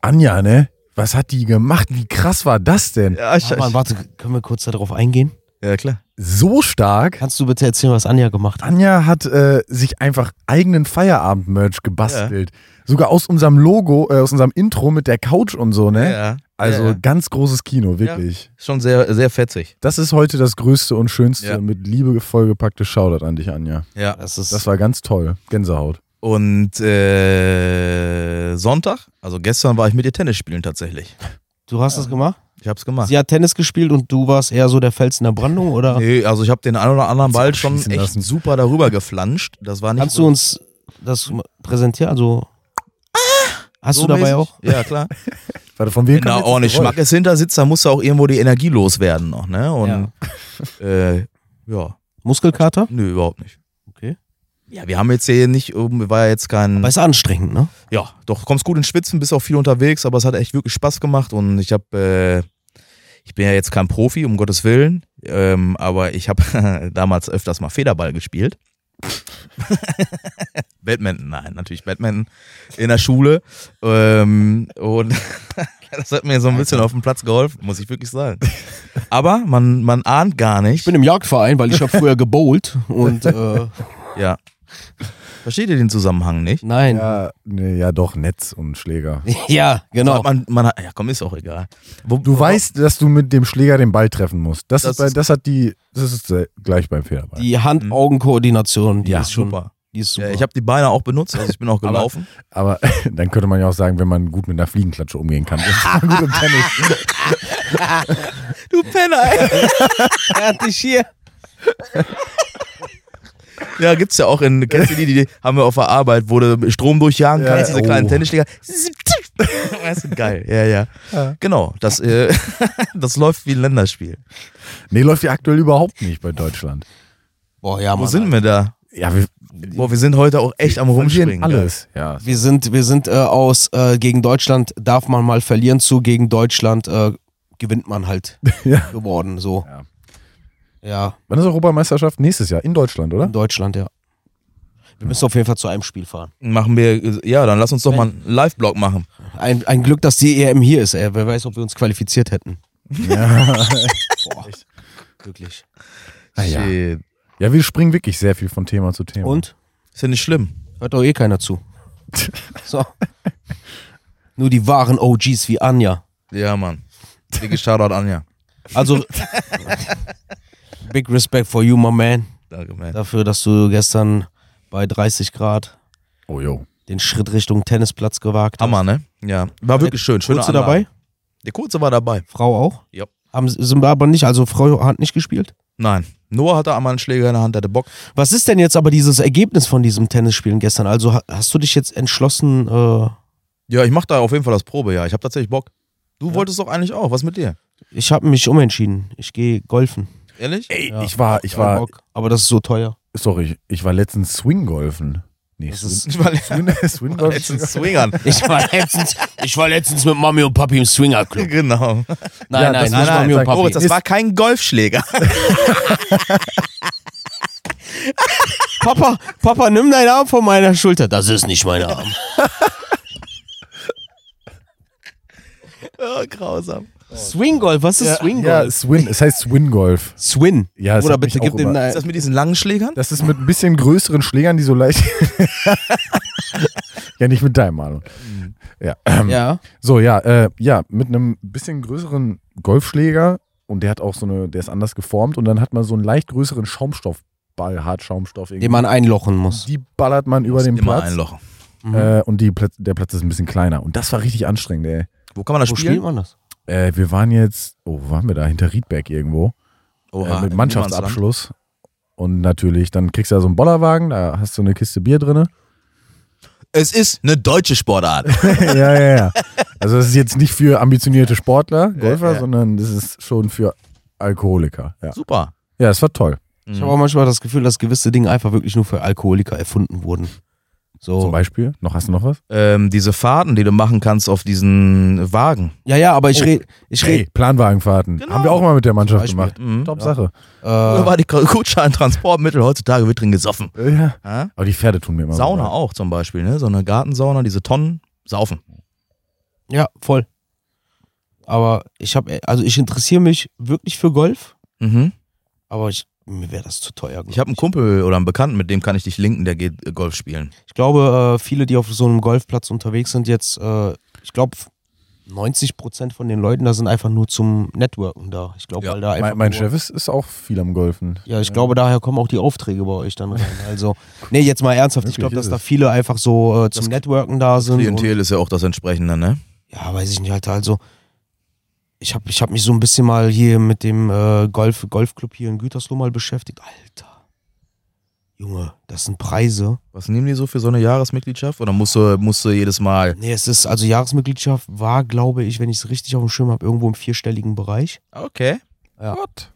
[SPEAKER 2] Anja, ne? Was hat die gemacht? Wie krass war das denn?
[SPEAKER 3] Ja, ich,
[SPEAKER 1] Warte, mal, warte, können wir kurz darauf eingehen?
[SPEAKER 3] ja, klar.
[SPEAKER 2] So stark.
[SPEAKER 1] Kannst du bitte erzählen, was Anja gemacht hat?
[SPEAKER 2] Anja hat äh, sich einfach eigenen Feierabend-Merch gebastelt. Sogar aus unserem Logo, äh, aus unserem Intro mit der Couch und so, ne?
[SPEAKER 3] Ja.
[SPEAKER 2] Also
[SPEAKER 3] Ja, ja.
[SPEAKER 2] ganz großes Kino, wirklich.
[SPEAKER 3] Schon sehr, sehr fetzig.
[SPEAKER 2] Das ist heute das größte und schönste
[SPEAKER 3] Ja.
[SPEAKER 2] mit Liebe vollgepackte Shoutout an dich, Anja.
[SPEAKER 3] Ja.
[SPEAKER 1] Das ist,
[SPEAKER 2] Das war ganz toll. Gänsehaut.
[SPEAKER 3] Und äh, Sonntag, also gestern war ich mit ihr Tennis spielen tatsächlich.
[SPEAKER 1] du hast das gemacht?
[SPEAKER 3] Ich hab's gemacht.
[SPEAKER 1] Sie hat Tennis gespielt und du warst eher so der Fels in der Brandung, oder?
[SPEAKER 3] Nee, also ich habe den einen oder anderen Ball schon
[SPEAKER 2] abschießen
[SPEAKER 3] echt
[SPEAKER 2] lassen.
[SPEAKER 3] super darüber geflanscht. Das war nicht
[SPEAKER 1] Kannst du
[SPEAKER 3] so,
[SPEAKER 1] uns das präsentieren? Also, hast
[SPEAKER 3] so
[SPEAKER 1] du dabei
[SPEAKER 3] mäßig.
[SPEAKER 1] auch?
[SPEAKER 3] Ja, klar.
[SPEAKER 2] Warte, von wem
[SPEAKER 3] Wenn da
[SPEAKER 2] kommt jetzt das
[SPEAKER 3] ordentlich
[SPEAKER 2] Geräusch?
[SPEAKER 3] Schmack ist hinter sitzt, dann muss da auch irgendwo die Energie loswerden noch, ne? Und ja, äh, ja
[SPEAKER 1] Muskelkater?
[SPEAKER 3] nö, überhaupt nicht.
[SPEAKER 1] Okay.
[SPEAKER 3] Ja, wir haben jetzt hier nicht, ähm, war ja jetzt kein.
[SPEAKER 1] Aber ist anstrengend, ne?
[SPEAKER 3] ja, doch, kommst gut ins Schwitzen, bist auch viel unterwegs, aber es hat echt wirklich Spaß gemacht und ich habe, äh, ich bin ja jetzt kein Profi, um Gottes Willen, ähm, aber ich habe damals öfters mal Federball gespielt. Badminton, nein, natürlich Badminton in der Schule. Ähm, und das hat mir so ein bisschen auf den Platz geholfen, muss ich wirklich sagen. Aber man, man ahnt gar nicht.
[SPEAKER 1] Ich bin im Jagdverein, weil ich habe früher gebowlt und äh,
[SPEAKER 3] ja. Versteht ihr den Zusammenhang nicht?
[SPEAKER 1] nein. Ja,
[SPEAKER 2] Ja, nee, ja, doch, Netz und Schläger.
[SPEAKER 1] genau.
[SPEAKER 3] Hat Man, man hat, ja, komm, ist auch egal. Wo-
[SPEAKER 2] Du weißt, dass du mit dem Schläger den Ball treffen musst. Das,
[SPEAKER 3] Das
[SPEAKER 2] ist bei,
[SPEAKER 3] ist-
[SPEAKER 2] das hat die, das ist äh, gleich beim Federball.
[SPEAKER 1] Die Hand-Augen-Koordination, die
[SPEAKER 2] Ja,
[SPEAKER 1] ist schon,
[SPEAKER 3] super.
[SPEAKER 1] die ist super.
[SPEAKER 3] Ja, ich habe die Beine auch benutzt, also ich bin auch gelaufen.
[SPEAKER 2] Aber dann könnte man ja auch sagen, wenn man gut mit einer Fliegenklatsche umgehen kann. Das ist man gut im Tennis.
[SPEAKER 3] du Penner, ey.
[SPEAKER 1] fertig hier.
[SPEAKER 3] Ja, gibt's ja auch in, kennst du die, die haben wir auf der Arbeit, wo du Strom durchjagen
[SPEAKER 2] Ja,
[SPEAKER 3] kannst,
[SPEAKER 2] ja.
[SPEAKER 3] diese
[SPEAKER 2] Oh.
[SPEAKER 3] kleinen Tennisschläger. weißt du, geil. Ja, ja. Genau, das, äh, das läuft wie ein Länderspiel.
[SPEAKER 2] Nee, läuft ja aktuell überhaupt nicht bei Deutschland.
[SPEAKER 1] Boah, ja,
[SPEAKER 3] Wo
[SPEAKER 1] Mann,
[SPEAKER 3] sind wir da?
[SPEAKER 2] Ja, wir
[SPEAKER 3] Boah, wir sind heute auch echt am
[SPEAKER 2] verlieren
[SPEAKER 3] Rumspringen.
[SPEAKER 2] alles. Ja.
[SPEAKER 1] wir sind, wir sind äh, aus äh, gegen Deutschland darf man mal verlieren zu gegen Deutschland äh, gewinnt man halt
[SPEAKER 2] ja.
[SPEAKER 1] geworden so.
[SPEAKER 2] Ja.
[SPEAKER 1] Ja,
[SPEAKER 2] Wann ist Europameisterschaft? Nächstes Jahr in Deutschland,
[SPEAKER 1] in
[SPEAKER 3] Hm.
[SPEAKER 2] oder?
[SPEAKER 1] Deutschland ja. Wir müssen auf jeden Fall zu einem Spiel fahren.
[SPEAKER 3] gell. Machen wir, ja, dann lass uns doch mal einen Live-Blog machen.
[SPEAKER 1] Ein, ein Glück, dass die EM hier ist. Ey. Wer weiß, ob wir uns qualifiziert hätten. Boah. Wirklich.
[SPEAKER 2] Ah, ja.
[SPEAKER 3] Shit.
[SPEAKER 2] Ja, wir springen wirklich sehr viel von Thema zu Thema.
[SPEAKER 1] Und?
[SPEAKER 3] Ist ja nicht schlimm.
[SPEAKER 1] Hört doch eh keiner zu. So. Nur die wahren OGs wie Anja.
[SPEAKER 3] Ja, Mann. Dicke Shoutout Anja.
[SPEAKER 1] Also, big respect for you, my man.
[SPEAKER 3] Danke, man.
[SPEAKER 1] Dafür, dass du gestern bei 30 Grad
[SPEAKER 2] Oh jo.
[SPEAKER 1] den Schritt Richtung Tennisplatz gewagt hast.
[SPEAKER 3] Hammer, ne? Ja. War wirklich schön. Schöne
[SPEAKER 1] Kurze
[SPEAKER 3] Anlage.
[SPEAKER 1] dabei?
[SPEAKER 3] Der Kurze war dabei.
[SPEAKER 1] Frau auch?
[SPEAKER 3] Ja.
[SPEAKER 1] Haben, sind wir aber nicht, also Frau hat nicht gespielt.
[SPEAKER 3] Nein. Noah hatte einmal einen Schläger in der Hand, der hatte Bock.
[SPEAKER 1] Was ist denn jetzt aber dieses Ergebnis von diesem Tennisspielen gestern? Also ha- hast du dich jetzt entschlossen, äh,
[SPEAKER 3] Ja, ich mache da auf jeden Fall das Probejahr. Ich habe tatsächlich Bock. Du wolltest doch eigentlich auch. Was mit dir?
[SPEAKER 1] Ich habe mich umentschieden. Ich gehe golfen.
[SPEAKER 3] Ehrlich?
[SPEAKER 2] Ey,
[SPEAKER 1] Ja.
[SPEAKER 2] ich war, ich
[SPEAKER 1] Kein
[SPEAKER 2] war,
[SPEAKER 1] Bock. Aber das ist so teuer.
[SPEAKER 2] sorry, ich war letztens Swing-Golfen. Nee,
[SPEAKER 1] Das ist-
[SPEAKER 3] Ich war
[SPEAKER 2] Swing, Swing
[SPEAKER 3] letztens Swingern.
[SPEAKER 1] Ich war letztens, ich war letztens mit Mami und Papi im Swingerclub.
[SPEAKER 3] genau.
[SPEAKER 1] Nein,
[SPEAKER 2] Ja,
[SPEAKER 1] nein,
[SPEAKER 2] das
[SPEAKER 1] nicht
[SPEAKER 2] muss man
[SPEAKER 1] Mami und
[SPEAKER 2] sagen.
[SPEAKER 1] Papi.
[SPEAKER 2] Oh,
[SPEAKER 3] Moritz, das war kein Golfschläger.
[SPEAKER 1] Papa, Papa, nimm deinen Arm von meiner Schulter. Das ist nicht mein Arm.
[SPEAKER 3] Oh, grausam.
[SPEAKER 1] Swingolf, was ist
[SPEAKER 2] Ja,
[SPEAKER 1] Swingolf?
[SPEAKER 2] Swing, es heißt Swing-Golf.
[SPEAKER 1] Swin.
[SPEAKER 2] Ja, es
[SPEAKER 1] Oder
[SPEAKER 2] hat mich
[SPEAKER 1] bitte
[SPEAKER 2] auch
[SPEAKER 1] gib dem
[SPEAKER 2] immer-
[SPEAKER 1] eine-
[SPEAKER 3] Ist das mit diesen langen Schlägern?
[SPEAKER 2] Das ist mit ein bisschen größeren Schlägern, die so leicht. ja, nicht mit deinem, Marlon. Ja.
[SPEAKER 1] Ja.
[SPEAKER 2] So, ja, äh, ja, mit einem bisschen größeren Golfschläger und der hat auch so eine, der ist anders geformt und dann hat man so einen leicht größeren Schaumstoffball, Hartschaumstoff irgendwie.
[SPEAKER 1] Den man einlochen muss.
[SPEAKER 2] die ballert man über den
[SPEAKER 3] Immer ein
[SPEAKER 2] Platz.
[SPEAKER 3] Loch.
[SPEAKER 2] Äh, und die Platz, der Platz ist ein bisschen kleiner. Und das war richtig anstrengend, ey.
[SPEAKER 3] Wo kann man das
[SPEAKER 1] Wo
[SPEAKER 3] spielen?
[SPEAKER 1] spielt man das?
[SPEAKER 2] Äh, wir waren jetzt, oh, wo waren wir da? Hinter Riedberg irgendwo. äh, mit
[SPEAKER 3] im
[SPEAKER 2] Mannschaftsabschluss. Und natürlich, dann kriegst du ja so einen Bollerwagen, da hast du eine Kiste Bier drinne.
[SPEAKER 3] Niemandsland. Es ist eine deutsche Sportart.
[SPEAKER 2] ja, ja, ja. Also das ist jetzt nicht für ambitionierte Sportler, Golfer,
[SPEAKER 3] Ja, ja.
[SPEAKER 2] sondern das ist schon für Alkoholiker. Ja,
[SPEAKER 3] Super. Mhm.
[SPEAKER 2] ja es war toll.
[SPEAKER 1] Ich habe auch manchmal das Gefühl, dass gewisse Dinge einfach wirklich nur für Alkoholiker erfunden wurden.
[SPEAKER 2] Zum
[SPEAKER 3] Oh.
[SPEAKER 1] So.
[SPEAKER 2] Beispiel, noch hast du noch was?
[SPEAKER 3] Ähm, diese Fahrten, die du machen kannst auf diesen Wagen.
[SPEAKER 1] Ja, ja, aber ich
[SPEAKER 2] Oh.
[SPEAKER 1] rede, ich
[SPEAKER 2] Hey,
[SPEAKER 1] rede,
[SPEAKER 2] Planwagenfahrten.
[SPEAKER 3] Genau.
[SPEAKER 2] Haben wir auch mal mit der Mannschaft
[SPEAKER 1] Zum Beispiel.
[SPEAKER 2] gemacht.
[SPEAKER 3] Mhm.
[SPEAKER 2] Top Sache.
[SPEAKER 3] Früher
[SPEAKER 1] äh,
[SPEAKER 3] war die Kutsche ein Transportmittel, heutzutage wird drin gesoffen.
[SPEAKER 2] Ja.
[SPEAKER 3] Ja?
[SPEAKER 2] Aber die Pferde tun mir immer
[SPEAKER 3] Sauna
[SPEAKER 2] leid.
[SPEAKER 3] auch zum Beispiel, ne? So eine Gartensauna, diese Tonnen, saufen.
[SPEAKER 1] ja, voll. Aber ich habe, also ich interessiere mich wirklich für Golf,
[SPEAKER 3] Mhm.
[SPEAKER 1] aber ich, mir wäre das zu teuer. glaub
[SPEAKER 3] Ich habe einen Kumpel oder einen Bekannten, mit dem kann ich dich linken, der geht äh, Golf spielen.
[SPEAKER 1] Ich glaube, äh, viele, die auf so einem Golfplatz unterwegs sind, jetzt, äh, ich glaube, 90 Prozent von den Leuten da sind einfach nur zum Networken da. Ich glaube,
[SPEAKER 3] Ja,
[SPEAKER 1] weil da einfach
[SPEAKER 2] Mein, mein
[SPEAKER 1] nur,
[SPEAKER 2] Chef ist, ist auch viel am Golfen.
[SPEAKER 1] Ja, ich glaube, daher kommen auch die Aufträge bei euch dann rein. Also, nee, jetzt mal ernsthaft. ich
[SPEAKER 2] Wirklich
[SPEAKER 1] glaube, dass
[SPEAKER 2] ist
[SPEAKER 1] da
[SPEAKER 2] es.
[SPEAKER 1] viele einfach so äh, zum Networken da sind. Und,
[SPEAKER 3] Klientel ist ja auch das entsprechende, ne?
[SPEAKER 1] ja, weiß ich nicht, Alter. Also, ich habe ich hab mich so ein bisschen mal hier mit dem äh, Golf, Golfclub hier in Gütersloh mal beschäftigt. Alter. Junge, das sind Preise.
[SPEAKER 3] Was nehmen die so für so eine Jahresmitgliedschaft? Oder musst du, musst du jedes Mal.
[SPEAKER 1] Nee, es ist, also Jahresmitgliedschaft war, glaube ich, wenn ich es richtig auf dem Schirm habe, irgendwo im vierstelligen Bereich.
[SPEAKER 3] Okay.
[SPEAKER 1] Ja.
[SPEAKER 2] Gott.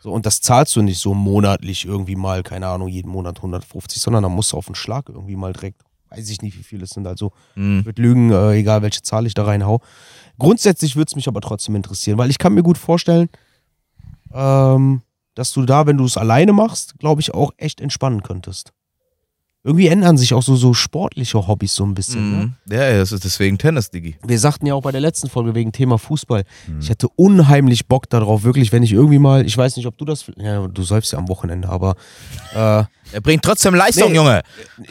[SPEAKER 1] So, und das zahlst du nicht so monatlich irgendwie mal, keine Ahnung, jeden Monat 150, sondern da musst du auf den Schlag irgendwie mal direkt, weiß ich nicht, wie viele es sind. Also
[SPEAKER 3] Mhm.
[SPEAKER 1] wird Lügen, äh, egal welche Zahl ich da reinhau. Grundsätzlich würde es mich aber trotzdem interessieren, weil ich kann mir gut vorstellen, ähm, dass du da, wenn du es alleine machst, glaube ich, auch echt entspannen könntest. Irgendwie ändern sich auch so, so sportliche Hobbys so ein bisschen. Ne?
[SPEAKER 3] Mhm. Ja, ja, das ist deswegen Tennis, Digi.
[SPEAKER 1] Wir sagten ja auch bei der letzten Folge wegen Thema Fußball. Ich hätte unheimlich Bock darauf, wirklich, wenn ich irgendwie mal, ich weiß nicht, ob du das, ja, du säufst ja am Wochenende, aber äh,
[SPEAKER 3] Er bringt trotzdem Leistung,
[SPEAKER 1] Nee.
[SPEAKER 3] Junge.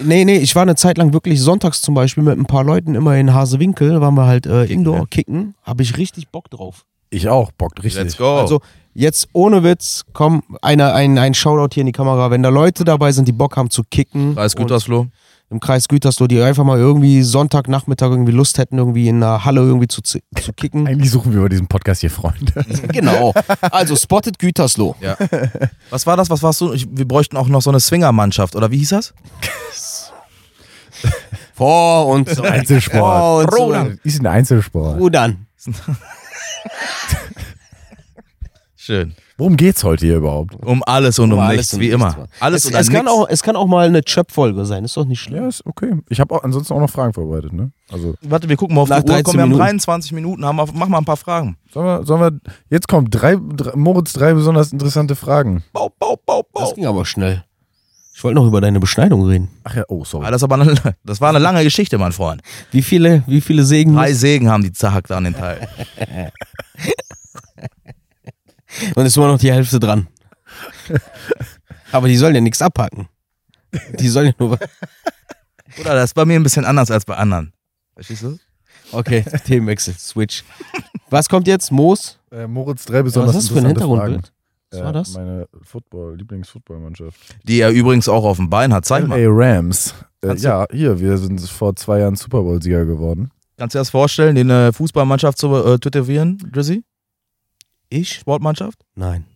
[SPEAKER 1] nee, nee, ich war eine Zeit lang wirklich sonntags zum Beispiel mit ein paar Leuten immer in Hasewinkel, waren wir halt äh, Indoor kicken, habe ich richtig Bock drauf.
[SPEAKER 2] Ich auch, bockt richtig.
[SPEAKER 3] Let's go.
[SPEAKER 1] Also jetzt ohne Witz, komm, einer, ein, ein Shoutout hier in die Kamera, wenn da Leute dabei sind, die Bock haben zu kicken.
[SPEAKER 3] Alles
[SPEAKER 1] und-
[SPEAKER 3] gut, Oslo.
[SPEAKER 1] im Kreis Gütersloh, die einfach mal irgendwie Sonntagnachmittag irgendwie Lust hätten, irgendwie in einer Halle irgendwie zu, zi- zu kicken.
[SPEAKER 2] Eigentlich suchen wir bei diesem Podcast hier Freunde.
[SPEAKER 1] genau. Also spottet Gütersloh.
[SPEAKER 3] Ja. Was war das? Was warst du? Ich, wir bräuchten auch noch so eine Swinger-Mannschaft, oder wie hieß das?
[SPEAKER 1] Vor und so. Vor
[SPEAKER 2] Einzelsport.
[SPEAKER 1] und Rudern.
[SPEAKER 2] Oh, Ist ein Einzelsport.
[SPEAKER 1] Rudern.
[SPEAKER 3] Schön.
[SPEAKER 2] Worum geht's heute hier überhaupt?
[SPEAKER 3] Um alles und um, nichts, wie immer. Alles
[SPEAKER 1] es,
[SPEAKER 3] oder
[SPEAKER 1] es kann
[SPEAKER 3] nichts.
[SPEAKER 1] auch, Es kann auch mal eine Chöp-Folge sein, ist doch nicht schlimm.
[SPEAKER 2] Ja, ist okay. Ich habe ansonsten auch noch Fragen vorbereitet, ne? Also,
[SPEAKER 3] Warte, wir gucken mal auf
[SPEAKER 1] Nach
[SPEAKER 3] die Uhr.
[SPEAKER 1] 13
[SPEAKER 3] Komm, wir haben
[SPEAKER 1] Minuten.
[SPEAKER 3] 23 Minuten. Haben wir, mach mal ein paar Fragen.
[SPEAKER 2] sollen wir, sollen wir jetzt kommen drei, drei, Moritz drei besonders interessante Fragen.
[SPEAKER 3] Bau, bau, bau, bau.
[SPEAKER 1] Das ging aber schnell. Ich wollte noch über deine Beschneidung reden.
[SPEAKER 2] Ach ja, oh, sorry.
[SPEAKER 3] Ah, Das, ist aber eine, das war eine lange Geschichte, mein Freund.
[SPEAKER 1] Wie viele, wie viele Segen?
[SPEAKER 3] Drei Segen haben die zerhackt an den Teil.
[SPEAKER 1] Und ist immer noch die Hälfte dran. aber die sollen ja nichts abpacken. Die sollen ja nur.
[SPEAKER 3] Oder das ist bei mir ein bisschen anders als bei anderen. Verstehst du?
[SPEAKER 1] Okay, Themenwechsel, Switch. Was kommt jetzt? Moos?
[SPEAKER 2] Äh, Moritz drei
[SPEAKER 1] Was
[SPEAKER 2] besonders
[SPEAKER 1] ist das für ein
[SPEAKER 2] interessante Fragen.
[SPEAKER 1] Hintergrundbild? Was war
[SPEAKER 2] Äh,
[SPEAKER 1] das?
[SPEAKER 2] Meine Football, Lieblingsfootballmannschaft.
[SPEAKER 3] Die er übrigens auch auf dem Bein hat. Zeig mal.
[SPEAKER 2] LA Rams. Äh,
[SPEAKER 3] Kannst du-
[SPEAKER 2] ja, hier, wir sind vor zwei Jahren Super Bowl-Sieger geworden.
[SPEAKER 3] Kannst du dir das vorstellen, den äh, Fußballmannschaft zu äh, tätowieren, Drizzy?
[SPEAKER 1] Ich?
[SPEAKER 3] Sportmannschaft?
[SPEAKER 1] Nein. Ah,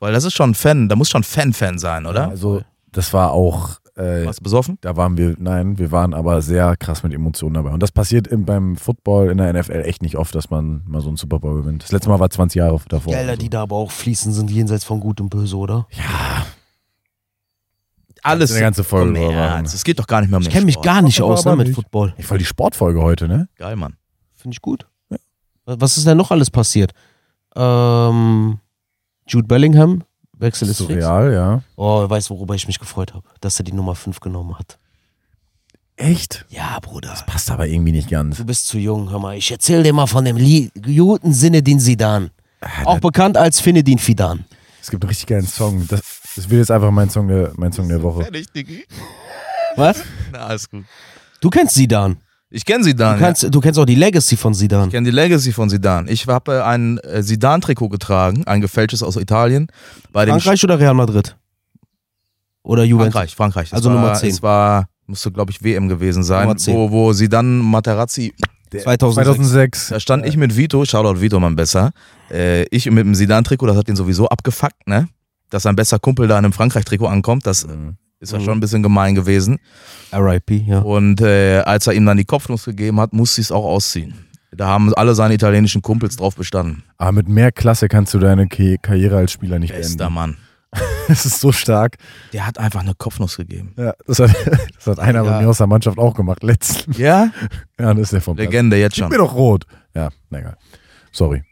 [SPEAKER 3] Weil das ist schon Fan, da muss schon Fan-Fan sein, oder?
[SPEAKER 2] Also, das war auch äh,
[SPEAKER 3] Warst du besoffen?
[SPEAKER 2] da waren wir, nein, wir waren aber sehr krass mit Emotionen dabei. Und das passiert im, beim Football in der NFL echt nicht oft, dass man mal so einen Super Bowl gewinnt. Das letzte Mal war 20 Jahre davor. Also,
[SPEAKER 1] Gelder, die da aber auch fließen, sind jenseits von Gut und Böse, oder?
[SPEAKER 2] ja,
[SPEAKER 3] Alles.
[SPEAKER 2] eine ganze Folge
[SPEAKER 3] Komm,
[SPEAKER 2] drüber machen.
[SPEAKER 3] Ernst, Es geht doch gar nicht mehr um
[SPEAKER 1] Ich
[SPEAKER 3] den
[SPEAKER 1] kenne mich
[SPEAKER 3] Sport.
[SPEAKER 1] gar nicht
[SPEAKER 2] Aber
[SPEAKER 1] aus ne,
[SPEAKER 2] aber
[SPEAKER 1] mit
[SPEAKER 2] nicht.
[SPEAKER 1] Football.
[SPEAKER 2] voll die Sportfolge heute, ne?
[SPEAKER 3] Geil, Mann.
[SPEAKER 1] Finde ich gut. Was ist denn noch alles passiert? Ähm, Jude Bellingham, Wechsel ist fix.
[SPEAKER 2] Surreal, ja.
[SPEAKER 1] Oh, weißt du, worüber ich mich gefreut habe? Dass er die Nummer 5 genommen hat.
[SPEAKER 2] Echt?
[SPEAKER 1] Ja, Bruder.
[SPEAKER 2] Passt aber irgendwie nicht ganz.
[SPEAKER 1] Du bist zu jung, hör mal. Ich erzähl dir mal von dem Lie guten Sinne, den Sidan. Auch bekannt als Finedin Fidan.
[SPEAKER 2] Es gibt einen richtig geilen Song. Das, das wird jetzt einfach mein Song der, mein Song der Woche.
[SPEAKER 3] Fertig, Diggi.
[SPEAKER 1] Was?
[SPEAKER 3] Na, alles gut.
[SPEAKER 1] Du kennst Sidan.
[SPEAKER 3] Ich kenne sie
[SPEAKER 1] Du,
[SPEAKER 3] dann.
[SPEAKER 1] kannst, du kennst auch die Legacy von
[SPEAKER 3] Ich
[SPEAKER 1] Sidan.
[SPEAKER 3] kenne die Legacy von Sidan. Ich habe äh, ein äh, Sidan-Trikot getragen, ein gefälschtes aus Italien. Bei dem
[SPEAKER 1] Frankreich oder Real Madrid? Oder Juventus?
[SPEAKER 3] Frankreich, Frankreich. Es
[SPEAKER 1] Also
[SPEAKER 3] war,
[SPEAKER 1] Nummer 10.
[SPEAKER 3] Es war, musste glaube ich WM gewesen sein,
[SPEAKER 1] Nummer 10.
[SPEAKER 3] wo, wo Sidan Materazzi,
[SPEAKER 1] 2006.
[SPEAKER 2] 2006.
[SPEAKER 3] da stand ich mit Vito, Shoutout Vito, mein Besser, äh, ich mit dem Sidan-Trikot, das hat ihn sowieso abgefuckt, ne? Dass sein bester Kumpel da in einem Frankreich-Trikot ankommt, das äh,
[SPEAKER 2] Mhm.
[SPEAKER 3] ist ja schon ein bisschen gemein gewesen.
[SPEAKER 1] RIP, ja.
[SPEAKER 3] Und äh, als er ihm dann die Kopfnuss gegeben hat, musste ich es auch ausziehen. Da haben alle seine italienischen Kumpels drauf bestanden.
[SPEAKER 2] Aber mit mehr Klasse kannst du deine Ke- Karriere als Spieler nicht
[SPEAKER 3] Bester
[SPEAKER 2] beenden.
[SPEAKER 3] Mann.
[SPEAKER 2] Das ist so stark.
[SPEAKER 3] Ähm, Der hat einfach eine Kopfnuss gegeben.
[SPEAKER 2] Ja, das, hat, das hat einer bei mir aus der Mannschaft auch gemacht. Letzten.
[SPEAKER 3] Ja?
[SPEAKER 2] Ja, das ist der vom Platz.
[SPEAKER 3] Legende jetzt
[SPEAKER 2] Gib
[SPEAKER 3] schon.
[SPEAKER 2] mir doch rot. Ja, na egal. Sorry.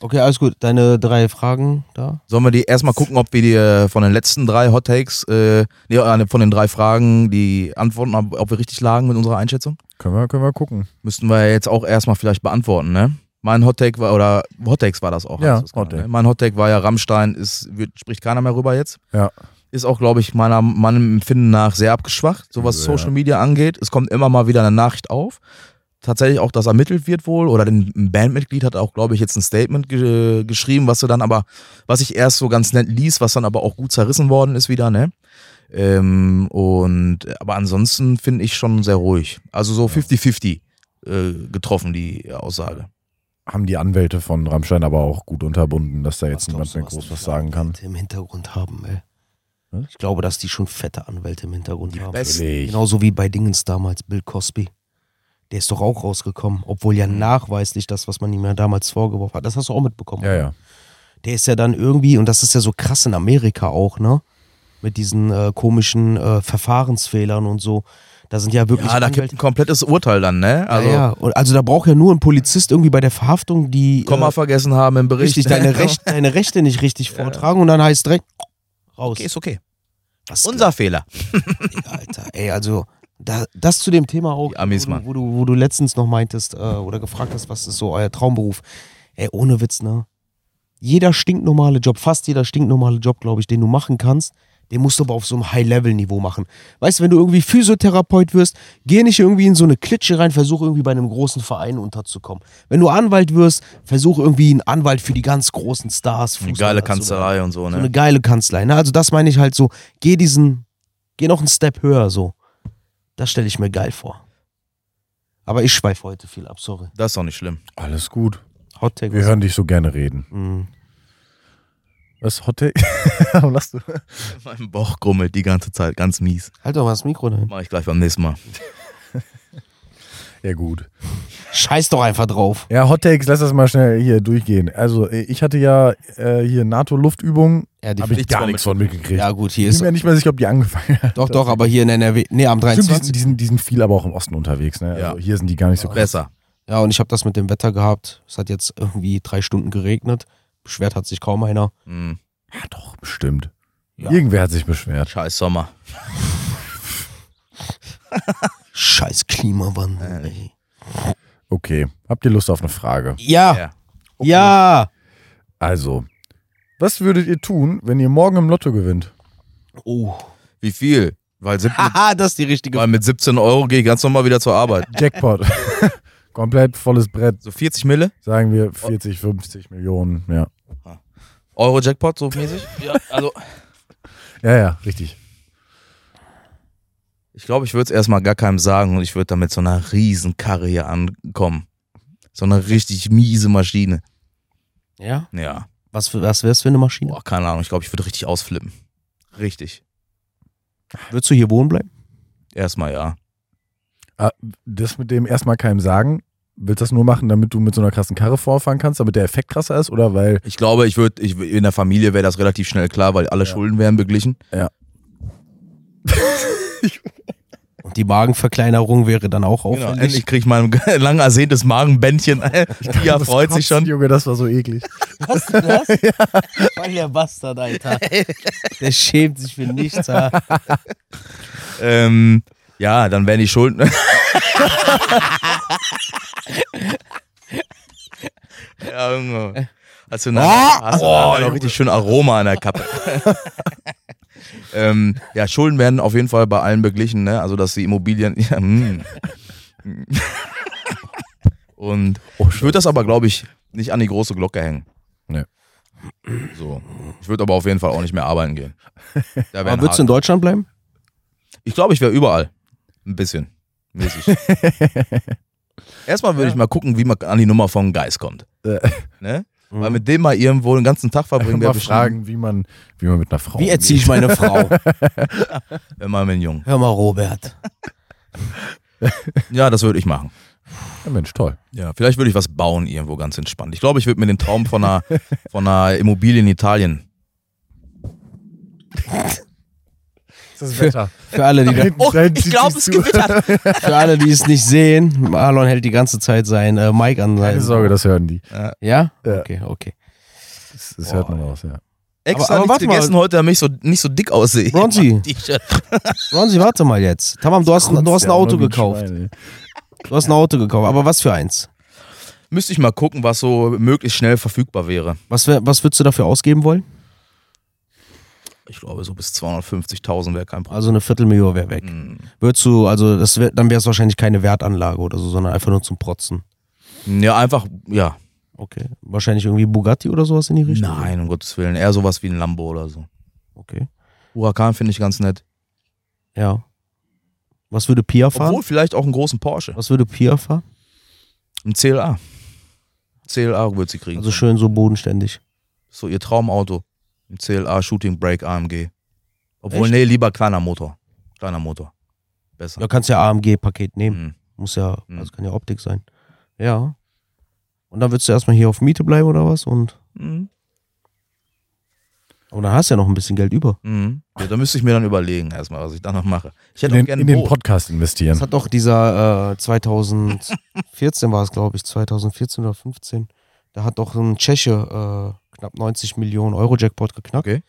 [SPEAKER 1] Okay, alles gut. Deine drei Fragen da?
[SPEAKER 3] Sollen wir die erstmal gucken, ob wir die äh, von den letzten drei Hot Takes, äh, nee, äh, von den drei Fragen die Antworten, ob ob wir richtig lagen mit unserer Einschätzung?
[SPEAKER 2] Können wir, können wir gucken.
[SPEAKER 3] Müssten wir jetzt auch erstmal vielleicht beantworten, ne? Mein Hot Take war, oder Hot Takes war das auch.
[SPEAKER 2] Ja,
[SPEAKER 3] hast du es
[SPEAKER 2] Hot
[SPEAKER 3] genannt,
[SPEAKER 2] Take.
[SPEAKER 3] ne? Mein Hot Take war ja, Rammstein ist, wird, spricht keiner mehr rüber jetzt.
[SPEAKER 2] Ja.
[SPEAKER 3] Ist auch, glaube ich, meiner, meinem Empfinden nach sehr abgeschwacht, so was
[SPEAKER 2] Also, ja.
[SPEAKER 3] Social Media angeht. Es kommt immer mal wieder eine Nachricht auf. Tatsächlich auch, dass ermittelt wird wohl oder ein Bandmitglied hat auch, glaube ich, jetzt ein Statement ge geschrieben, was du dann aber, was ich erst so ganz nett ließ, was dann aber auch gut zerrissen worden ist wieder, ne? Ähm, und aber ansonsten finde ich schon sehr ruhig. Also so 50-50 äh, getroffen, die Aussage.
[SPEAKER 2] Haben die Anwälte von Rammstein aber auch gut unterbunden, dass da jetzt
[SPEAKER 1] Was
[SPEAKER 2] niemand
[SPEAKER 1] glaubst du,
[SPEAKER 2] mehr
[SPEAKER 1] was
[SPEAKER 2] groß
[SPEAKER 1] die
[SPEAKER 2] was
[SPEAKER 1] für
[SPEAKER 2] sagen kann.
[SPEAKER 1] Anwälte im Hintergrund haben, ey.
[SPEAKER 2] Was?
[SPEAKER 1] Ich glaube, dass die schon fette Anwälte im Hintergrund haben.
[SPEAKER 3] besten.
[SPEAKER 2] Natürlich.
[SPEAKER 1] Genauso wie bei Dingens damals, Bill Cosby. Der ist doch auch rausgekommen, obwohl
[SPEAKER 3] Mhm.
[SPEAKER 1] ja nachweislich das, was man ihm ja damals vorgeworfen hat, das hast du auch mitbekommen.
[SPEAKER 2] Ja, ja.
[SPEAKER 1] Der ist ja dann irgendwie, und das ist ja so krass in Amerika auch, ne? Mit diesen äh, komischen äh, Verfahrensfehlern und so. Da sind ja wirklich.
[SPEAKER 3] Ja, da
[SPEAKER 1] Anwälte-
[SPEAKER 3] gibt ein komplettes Urteil dann, ne? Also
[SPEAKER 1] ja, ja. Und also da braucht ja nur ein Polizist irgendwie bei der Verhaftung die.
[SPEAKER 3] Komma vergessen haben im Bericht. ne?
[SPEAKER 1] richtig, deine, Recht, deine Rechte nicht richtig vortragen und dann heißt direkt raus.
[SPEAKER 3] Okay, ist okay.
[SPEAKER 1] Was
[SPEAKER 3] Unser Fehler.
[SPEAKER 1] glaubt ihr, Alter. Ey, also da, das zu dem Thema auch,
[SPEAKER 3] Die Amis,
[SPEAKER 1] wo,
[SPEAKER 3] Mann.
[SPEAKER 1] du, wo, du, wo du letztens noch meintest äh, oder gefragt hast, was ist so euer Traumberuf? Ey, ohne Witz, ne? Jeder stinknormale Job, fast jeder stinknormale Job, glaube ich, den du machen kannst, den musst du aber auf so einem High-Level-Niveau machen. Weißt du, wenn du irgendwie Physiotherapeut wirst, geh nicht irgendwie in so eine Klitsche rein, versuch irgendwie bei einem großen Verein unterzukommen. Wenn du Anwalt wirst, versuch irgendwie ein Anwalt für die ganz großen Stars.
[SPEAKER 3] Eine
[SPEAKER 1] Fußballer
[SPEAKER 3] geile
[SPEAKER 1] zu werden.
[SPEAKER 3] Kanzlei und so,
[SPEAKER 1] So eine
[SPEAKER 3] ne?
[SPEAKER 1] geile Kanzlei. Ne? Also das meine ich halt so, geh diesen, geh noch einen Step höher so. Das stelle ich mir geil vor. Aber ich schweife heute viel ab, sorry.
[SPEAKER 3] Das ist doch nicht schlimm.
[SPEAKER 2] Alles gut.
[SPEAKER 1] Hot Take.
[SPEAKER 2] Wir hören dich so gerne reden.
[SPEAKER 1] Mhm.
[SPEAKER 2] Was Hot Take? Warum lachst du?
[SPEAKER 3] Mein Bauch grummelt die ganze Zeit, ganz mies.
[SPEAKER 1] Halt doch mal das Mikro dahin.
[SPEAKER 3] Mach ich gleich beim nächsten Mal.
[SPEAKER 2] Ja, gut.
[SPEAKER 1] Scheiß doch einfach drauf.
[SPEAKER 2] Ja, Hot Takes, lass das mal schnell hier durchgehen. Also, äh, ich hatte ja äh, hier NATO-Luftübung.
[SPEAKER 1] Ja, die
[SPEAKER 2] Habe ich
[SPEAKER 3] nichts
[SPEAKER 2] gar
[SPEAKER 3] von
[SPEAKER 2] nichts von mitgekriegt.
[SPEAKER 1] ja gut, hier
[SPEAKER 2] ich bin
[SPEAKER 1] ist.
[SPEAKER 2] mir nicht mal sicher, ob die angefangen hat.
[SPEAKER 1] Doch, doch, aber hier in NRW. Nee, am
[SPEAKER 2] Stimmt, die, sind,
[SPEAKER 1] 23.
[SPEAKER 2] die, sind, die sind viel aber auch im Osten unterwegs. Ne?
[SPEAKER 3] Ja.
[SPEAKER 2] Also hier sind die gar nicht so krass.
[SPEAKER 3] Besser.
[SPEAKER 1] Ja, und ich habe das mit dem Wetter gehabt. Es hat jetzt irgendwie drei Stunden geregnet. Beschwert hat sich kaum einer.
[SPEAKER 3] Hm,
[SPEAKER 2] Ja, doch, bestimmt.
[SPEAKER 1] Ja.
[SPEAKER 2] Irgendwer hat sich beschwert.
[SPEAKER 3] scheiß Sommer.
[SPEAKER 1] Scheiß
[SPEAKER 2] Äh,
[SPEAKER 1] Klimawandel. ey.
[SPEAKER 2] Okay, habt ihr Lust auf eine Frage?
[SPEAKER 1] Ja, ja.
[SPEAKER 3] Ja.
[SPEAKER 2] Also, was würdet ihr tun, wenn ihr morgen im Lotto gewinnt?
[SPEAKER 1] Oh.
[SPEAKER 3] Wie viel? Weil, sieb-
[SPEAKER 1] Haha, das ist die richtige
[SPEAKER 3] weil mit 17 Euro gehe ich ganz normal wieder zur Arbeit.
[SPEAKER 2] Jackpot. Komplett volles Brett,
[SPEAKER 3] So 40 Mille?
[SPEAKER 2] sagen wir 40, 50 Millionen. Ja,
[SPEAKER 3] Euro Jackpot, so mäßig? ja, also.
[SPEAKER 2] ja, ja richtig.
[SPEAKER 3] Ich glaube, ich würde es erstmal gar keinem sagen und ich würde damit so einer riesen Karre hier ankommen. So eine richtig miese Maschine.
[SPEAKER 1] Ja?
[SPEAKER 3] Ja.
[SPEAKER 1] Was, für- was wär's für eine Maschine?
[SPEAKER 3] Boah, keine Ahnung. Ich glaube, ich würde richtig ausflippen. Richtig.
[SPEAKER 1] Würdest du hier wohnen bleiben?
[SPEAKER 3] Erstmal ja.
[SPEAKER 2] Ah, Das mit dem erstmal keinem sagen, willst du das nur machen, damit du mit so einer krassen Karre vorfahren kannst, damit der Effekt krasser ist oder weil
[SPEAKER 3] Ich glaube, ich würde, ich, in der Familie wäre das relativ schnell klar, weil alle Schulden wären beglichen.
[SPEAKER 1] Und die Magenverkleinerung wäre dann auch
[SPEAKER 3] Genau,
[SPEAKER 1] auffällig.
[SPEAKER 3] endlich kriege ich mein lang ersehntes Magenbändchen. Pia
[SPEAKER 2] Das
[SPEAKER 3] freut sich
[SPEAKER 2] kotzt,
[SPEAKER 3] schon.
[SPEAKER 2] Junge, das war so eklig.
[SPEAKER 1] Was? Was? Voll der Bastard, Alter. Der schämt sich für nichts. Alter.
[SPEAKER 3] Ähm, ja, dann wären die Schulden. ja, Junge. Hast du eine,
[SPEAKER 1] Ah!
[SPEAKER 3] hast du
[SPEAKER 2] Oh,
[SPEAKER 3] noch
[SPEAKER 2] Junge.
[SPEAKER 3] richtig schön Aroma an der Kappe. ähm, ja, Schulden werden auf jeden Fall bei allen beglichen, ne? Also, dass die Immobilien. Ja, mm. Und
[SPEAKER 1] Oh,
[SPEAKER 3] ich würde das aber, glaube ich, nicht an die große Glocke hängen.
[SPEAKER 2] Nee.
[SPEAKER 3] So. Ich würde aber auf jeden Fall auch nicht mehr arbeiten gehen. Da wären
[SPEAKER 1] Aber würdest du in Deutschland bleiben?
[SPEAKER 3] ich glaube, ich wäre überall. Ein bisschen. Mäßig. Erstmal würde ich mal gucken, wie man an die Nummer vom Geist kommt.
[SPEAKER 2] Äh,
[SPEAKER 3] Ne? Weil
[SPEAKER 1] Mhm.
[SPEAKER 3] mit dem mal irgendwo den ganzen Tag verbringen
[SPEAKER 2] mal
[SPEAKER 3] wäre bestimmt,
[SPEAKER 2] fragen, wie man, wie man mit einer Frau.
[SPEAKER 1] Wie erziehe ich meine Frau?
[SPEAKER 3] wenn man mit einem Jungen.
[SPEAKER 1] Hör mal, Robert.
[SPEAKER 3] Ja, das würde ich machen.
[SPEAKER 2] umgeht. Ja, Mensch, toll.
[SPEAKER 3] Ja, vielleicht würde ich was bauen irgendwo ganz entspannt. Ich glaube, ich würde mir den Traum von einer, von einer Immobilie in Italien.
[SPEAKER 2] Das ist Wetter.
[SPEAKER 1] Für alle, die, da-
[SPEAKER 3] gewittert.
[SPEAKER 1] für alle, die es nicht sehen, Marlon hält die ganze Zeit sein äh, Mic an. Sein,
[SPEAKER 2] Keine Sorge, das hören die.
[SPEAKER 1] Ja?
[SPEAKER 2] Ja.
[SPEAKER 1] Okay, okay.
[SPEAKER 2] Das, das hört man raus, ja.
[SPEAKER 3] Extra
[SPEAKER 1] Aber- aber
[SPEAKER 3] nichts
[SPEAKER 1] warte mal.
[SPEAKER 3] gegessen heute, damit ich so, nicht so dick aussehe.
[SPEAKER 1] Bronzi.
[SPEAKER 3] T-Shirt.
[SPEAKER 1] Ronzi, warte mal jetzt. Tamam, du hast, du hast ein
[SPEAKER 2] Ja,
[SPEAKER 1] Auto
[SPEAKER 2] irgendwie
[SPEAKER 1] gekauft.
[SPEAKER 2] Schweine, ey.
[SPEAKER 1] Du hast ein Auto gekauft. Aber was für eins?
[SPEAKER 3] Müsste ich mal gucken, was so möglichst schnell verfügbar wäre.
[SPEAKER 1] Was, wär- was würdest du dafür ausgeben wollen?
[SPEAKER 3] Ich glaube, so bis 250.000 wäre kein Problem.
[SPEAKER 1] Also eine Viertelmillion wäre weg.
[SPEAKER 3] Mhm.
[SPEAKER 1] Würdest du, also das wär, dann wäre es wahrscheinlich keine Wertanlage oder so, sondern einfach nur zum Protzen.
[SPEAKER 3] Ja, einfach, ja.
[SPEAKER 1] Okay. Wahrscheinlich irgendwie Bugatti oder sowas in die Richtung?
[SPEAKER 3] Nein, um Gottes Willen. Eher sowas wie ein Lambo oder so.
[SPEAKER 1] Okay.
[SPEAKER 3] Huracan finde ich ganz nett.
[SPEAKER 1] Ja. Was würde Pia fahren?
[SPEAKER 3] Obwohl vielleicht auch einen großen Porsche.
[SPEAKER 1] Was würde Pia fahren?
[SPEAKER 3] Ein CLA. CLA wird sie kriegen.
[SPEAKER 1] Also schön so bodenständig.
[SPEAKER 3] so ihr Traumauto. Ein CLA Shooting Brake AMG. Obwohl,
[SPEAKER 1] Echt?
[SPEAKER 3] nee, lieber kleiner Motor. Kleiner Motor. Besser.
[SPEAKER 1] Ja, kannst ja AMG-Paket nehmen.
[SPEAKER 3] Mhm.
[SPEAKER 1] Muss ja,
[SPEAKER 3] Mhm.
[SPEAKER 1] also kann ja Optik sein. Ja. Und dann würdest du erstmal hier auf Miete bleiben oder was? Und,
[SPEAKER 3] Mhm.
[SPEAKER 1] aber dann hast du ja noch ein bisschen Geld über.
[SPEAKER 3] Mhm. Ja, da müsste ich mir dann überlegen erstmal, was ich da noch mache. Ich hätte auch
[SPEAKER 2] In, den,
[SPEAKER 3] gerne
[SPEAKER 2] in
[SPEAKER 3] ein
[SPEAKER 2] den
[SPEAKER 3] Boot.
[SPEAKER 2] Podcast
[SPEAKER 1] Das
[SPEAKER 2] investieren.
[SPEAKER 1] hat doch dieser äh, 2014 war es, glaube ich, 2014 oder 15. Da hat doch ein Tscheche äh, knapp 90 Millionen Euro Jackpot geknackt
[SPEAKER 3] Okay.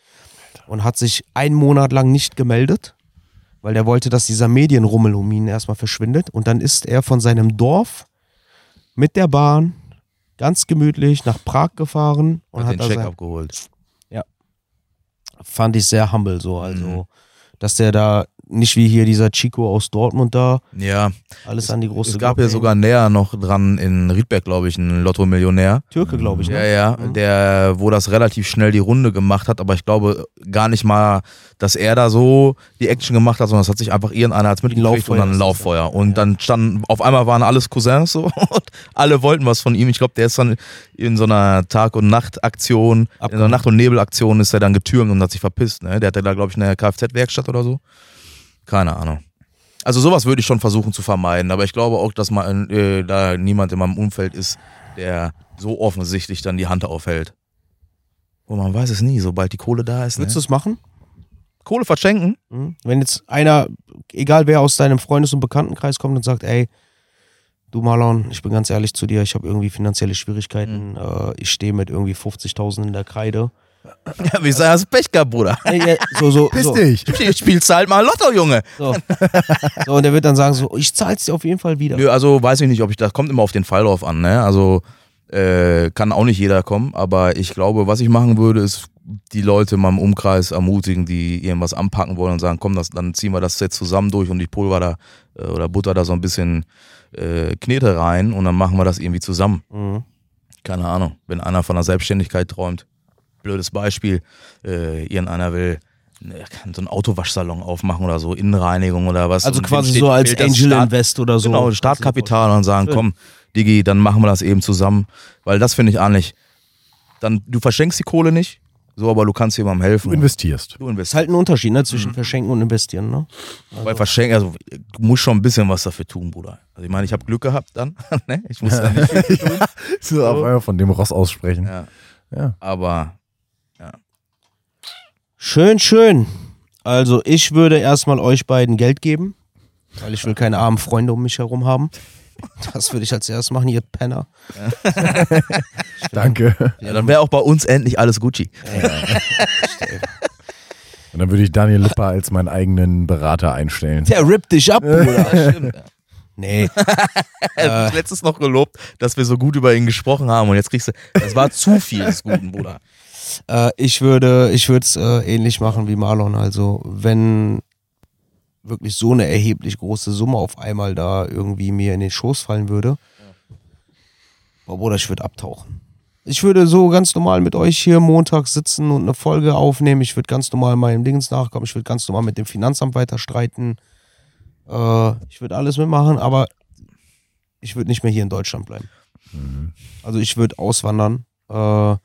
[SPEAKER 1] und hat sich einen Monat lang nicht gemeldet, weil der wollte, dass dieser Medienrummel um ihn erstmal verschwindet. Und dann ist er von seinem Dorf mit der Bahn ganz gemütlich nach Prag gefahren und
[SPEAKER 3] Hat
[SPEAKER 1] hat,
[SPEAKER 3] den
[SPEAKER 1] da
[SPEAKER 3] Check
[SPEAKER 1] sein-
[SPEAKER 3] abgeholt.
[SPEAKER 1] fand ich sehr humble so, also
[SPEAKER 3] Mhm.
[SPEAKER 1] dass der da nicht wie hier dieser Chico aus Dortmund da
[SPEAKER 3] Ja,
[SPEAKER 1] alles an die große
[SPEAKER 3] es gab
[SPEAKER 1] Glocke
[SPEAKER 3] ja
[SPEAKER 1] hängt.
[SPEAKER 3] sogar näher noch dran in Riedberg, glaube ich, einen Lotto-Millionär.
[SPEAKER 1] Türke, glaube ich, ne?
[SPEAKER 3] Ja, ja,
[SPEAKER 1] Mhm.
[SPEAKER 3] der, wo das relativ schnell die Runde gemacht hat, aber ich glaube gar nicht mal, dass er da so die Action gemacht hat, sondern es hat sich einfach irgendeiner als mitgekriegt und
[SPEAKER 1] Lauffeuer
[SPEAKER 3] dann ein
[SPEAKER 1] ist das,
[SPEAKER 3] Lauffeuer. Und dann standen, auf einmal waren alles Cousins so und alle wollten was von ihm. Ich glaube, der ist dann in so einer Tag- und Nacht-Aktion, in so einer
[SPEAKER 1] Abgehauen.
[SPEAKER 3] Nacht- und Nebel-Aktion ist er dann getürmt und hat sich verpisst. Ne? Der hatte da, glaube ich, eine Kfz-Werkstatt oder so. Keine Ahnung. Also sowas würde ich schon versuchen zu vermeiden, aber ich glaube auch, dass man, äh, da niemand in meinem Umfeld ist, der so offensichtlich dann die Hand aufhält. Und man weiß es nie, sobald die Kohle da ist. Ne?
[SPEAKER 1] Würdest du es machen?
[SPEAKER 3] Kohle verschenken?
[SPEAKER 1] Mhm. Wenn jetzt einer, egal wer aus deinem Freundes- und Bekanntenkreis kommt und sagt, ey, du Marlon, ich bin ganz ehrlich zu dir, ich habe irgendwie finanzielle Schwierigkeiten,
[SPEAKER 3] Mhm.
[SPEAKER 1] äh, ich stehe mit irgendwie 50.000 in der Kreide.
[SPEAKER 3] Ja, wie gesagt, hast du Pech gehabt, Bruder.
[SPEAKER 1] Ey, ja, so, so,
[SPEAKER 2] Piss
[SPEAKER 1] so,
[SPEAKER 2] dich!
[SPEAKER 3] Spielst halt mal Lotto, Junge.
[SPEAKER 1] so. so, und der wird dann sagen so, ich zahl's dir auf jeden Fall wieder.
[SPEAKER 3] Nö, also weiß ich nicht, ob ich das kommt immer auf den Fall drauf an, ne? Also äh, kann auch nicht jeder kommen, aber ich glaube, was ich machen würde, ist die Leute in meinem Umkreis ermutigen, die irgendwas anpacken wollen und sagen, komm, das, dann ziehen wir das jetzt zusammen durch und die Pulver da äh, oder Butter da so ein bisschen äh, Knete rein und dann machen wir das irgendwie zusammen.
[SPEAKER 1] Mhm.
[SPEAKER 3] Keine Ahnung, wenn einer von der Selbstständigkeit träumt, blödes Beispiel, äh, irgendeiner will äh, kann so einen Autowaschsalon aufmachen oder so, Innenreinigung oder was.
[SPEAKER 1] Also
[SPEAKER 3] und dem
[SPEAKER 1] quasi
[SPEAKER 3] steht-
[SPEAKER 1] so als
[SPEAKER 3] fehlt das
[SPEAKER 1] Angel
[SPEAKER 3] Start-
[SPEAKER 1] Invest oder so.
[SPEAKER 3] Genau, Startkapital und sagen,
[SPEAKER 1] Schön.
[SPEAKER 3] komm, Digi, dann machen wir das eben zusammen. Weil das finde ich eigentlich. Dann, du verschenkst die Kohle nicht, So, aber du kannst jemandem helfen.
[SPEAKER 2] Du investierst.
[SPEAKER 3] Du
[SPEAKER 1] Ist
[SPEAKER 3] investierst
[SPEAKER 1] halt ein Unterschied ne, zwischen
[SPEAKER 3] Mhm.
[SPEAKER 1] verschenken und investieren. Ne?
[SPEAKER 3] Bei Verschenken, also du musst schon ein bisschen was dafür tun, Bruder. Also ich meine, ich habe Glück gehabt dann. ne? Ich muss da nicht viel tun.
[SPEAKER 2] So, auf einmal von dem Ross aussprechen.
[SPEAKER 3] Ja.
[SPEAKER 2] Ja.
[SPEAKER 3] Aber
[SPEAKER 1] Schön, schön. Also ich würde erstmal euch beiden Geld geben, weil ich will keine armen Freunde um mich herum haben. Das würde ich als erstes machen, ihr Penner.
[SPEAKER 2] Danke.
[SPEAKER 3] ja, dann wäre auch bei uns endlich alles Gucci.
[SPEAKER 2] Und dann würde ich Daniel Lipper als meinen eigenen Berater einstellen.
[SPEAKER 1] Der rippt dich ab, Bruder.
[SPEAKER 3] Ja, stimmt.
[SPEAKER 1] Nee,
[SPEAKER 3] Er hat mich letztens noch gelobt, dass wir so gut über ihn gesprochen haben und jetzt kriegst du, das war zu viel des Guten, Bruder.
[SPEAKER 1] äh, ich würde ich würde es äh, ähnlich machen wie Marlon. Also wenn wirklich so eine erheblich große Summe auf einmal da irgendwie mir in den Schoß fallen würde, boah, Bruder, ich würde abtauchen. Ich würde so ganz normal mit euch hier Montag sitzen und eine Folge aufnehmen. Ich würde ganz normal meinem Dings nachkommen. Ich würde ganz normal mit dem Finanzamt weiter streiten. Äh, ich würde alles mitmachen, aber ich würde nicht mehr hier in Deutschland bleiben.
[SPEAKER 3] Mhm.
[SPEAKER 1] Also ich würde auswandern. Äh,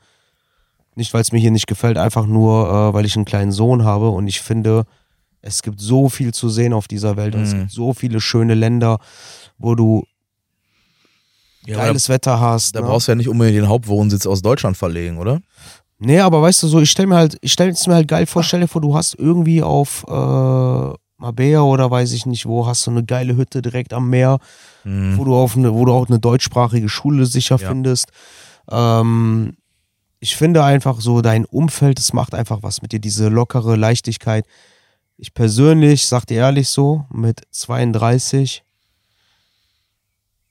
[SPEAKER 1] nicht, weil es mir hier nicht gefällt, einfach nur, äh, weil ich einen kleinen Sohn habe und ich finde, es gibt so viel zu sehen auf dieser Welt und es
[SPEAKER 3] Mhm.
[SPEAKER 1] gibt so viele schöne Länder, wo du
[SPEAKER 3] Ja, aber da,
[SPEAKER 1] geiles Wetter hast.
[SPEAKER 3] da
[SPEAKER 1] ne?
[SPEAKER 3] brauchst du ja nicht unbedingt den Hauptwohnsitz aus Deutschland verlegen, oder?
[SPEAKER 1] Nee, aber weißt du so, ich stelle mir halt, ich stelle es mir halt geil vor, stell dir vor, du hast irgendwie auf äh, Mabea oder weiß ich nicht wo, hast du eine geile Hütte direkt am Meer, wo du auf eine, wo du auch eine deutschsprachige Schule sicher
[SPEAKER 3] Ja.
[SPEAKER 1] findest. Ähm, ich finde einfach so, dein Umfeld, es macht einfach was mit dir, diese lockere Leichtigkeit. Ich persönlich, sag dir ehrlich so, mit 32,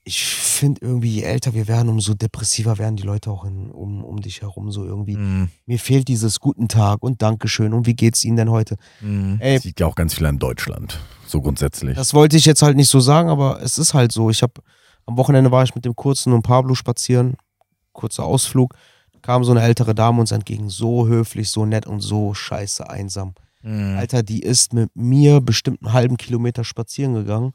[SPEAKER 1] ich finde irgendwie, je älter wir werden, umso depressiver werden die Leute auch in, um, um dich herum, so irgendwie
[SPEAKER 3] Mhm.
[SPEAKER 1] mir fehlt dieses guten Tag und Dankeschön und wie geht's Ihnen denn heute?
[SPEAKER 3] Mhm.
[SPEAKER 1] Ey,
[SPEAKER 2] Das liegt ja auch ganz viel an Deutschland. So grundsätzlich.
[SPEAKER 1] das wollte ich jetzt halt nicht so sagen, aber es ist halt so. Ich habe am Wochenende war ich mit dem Kurzen und Pablo spazieren, kurzer Ausflug, kam so eine ältere Dame uns entgegen, so höflich, so nett und so scheiße einsam.
[SPEAKER 3] Mhm.
[SPEAKER 1] Alter, die ist mit mir bestimmt einen halben Kilometer spazieren gegangen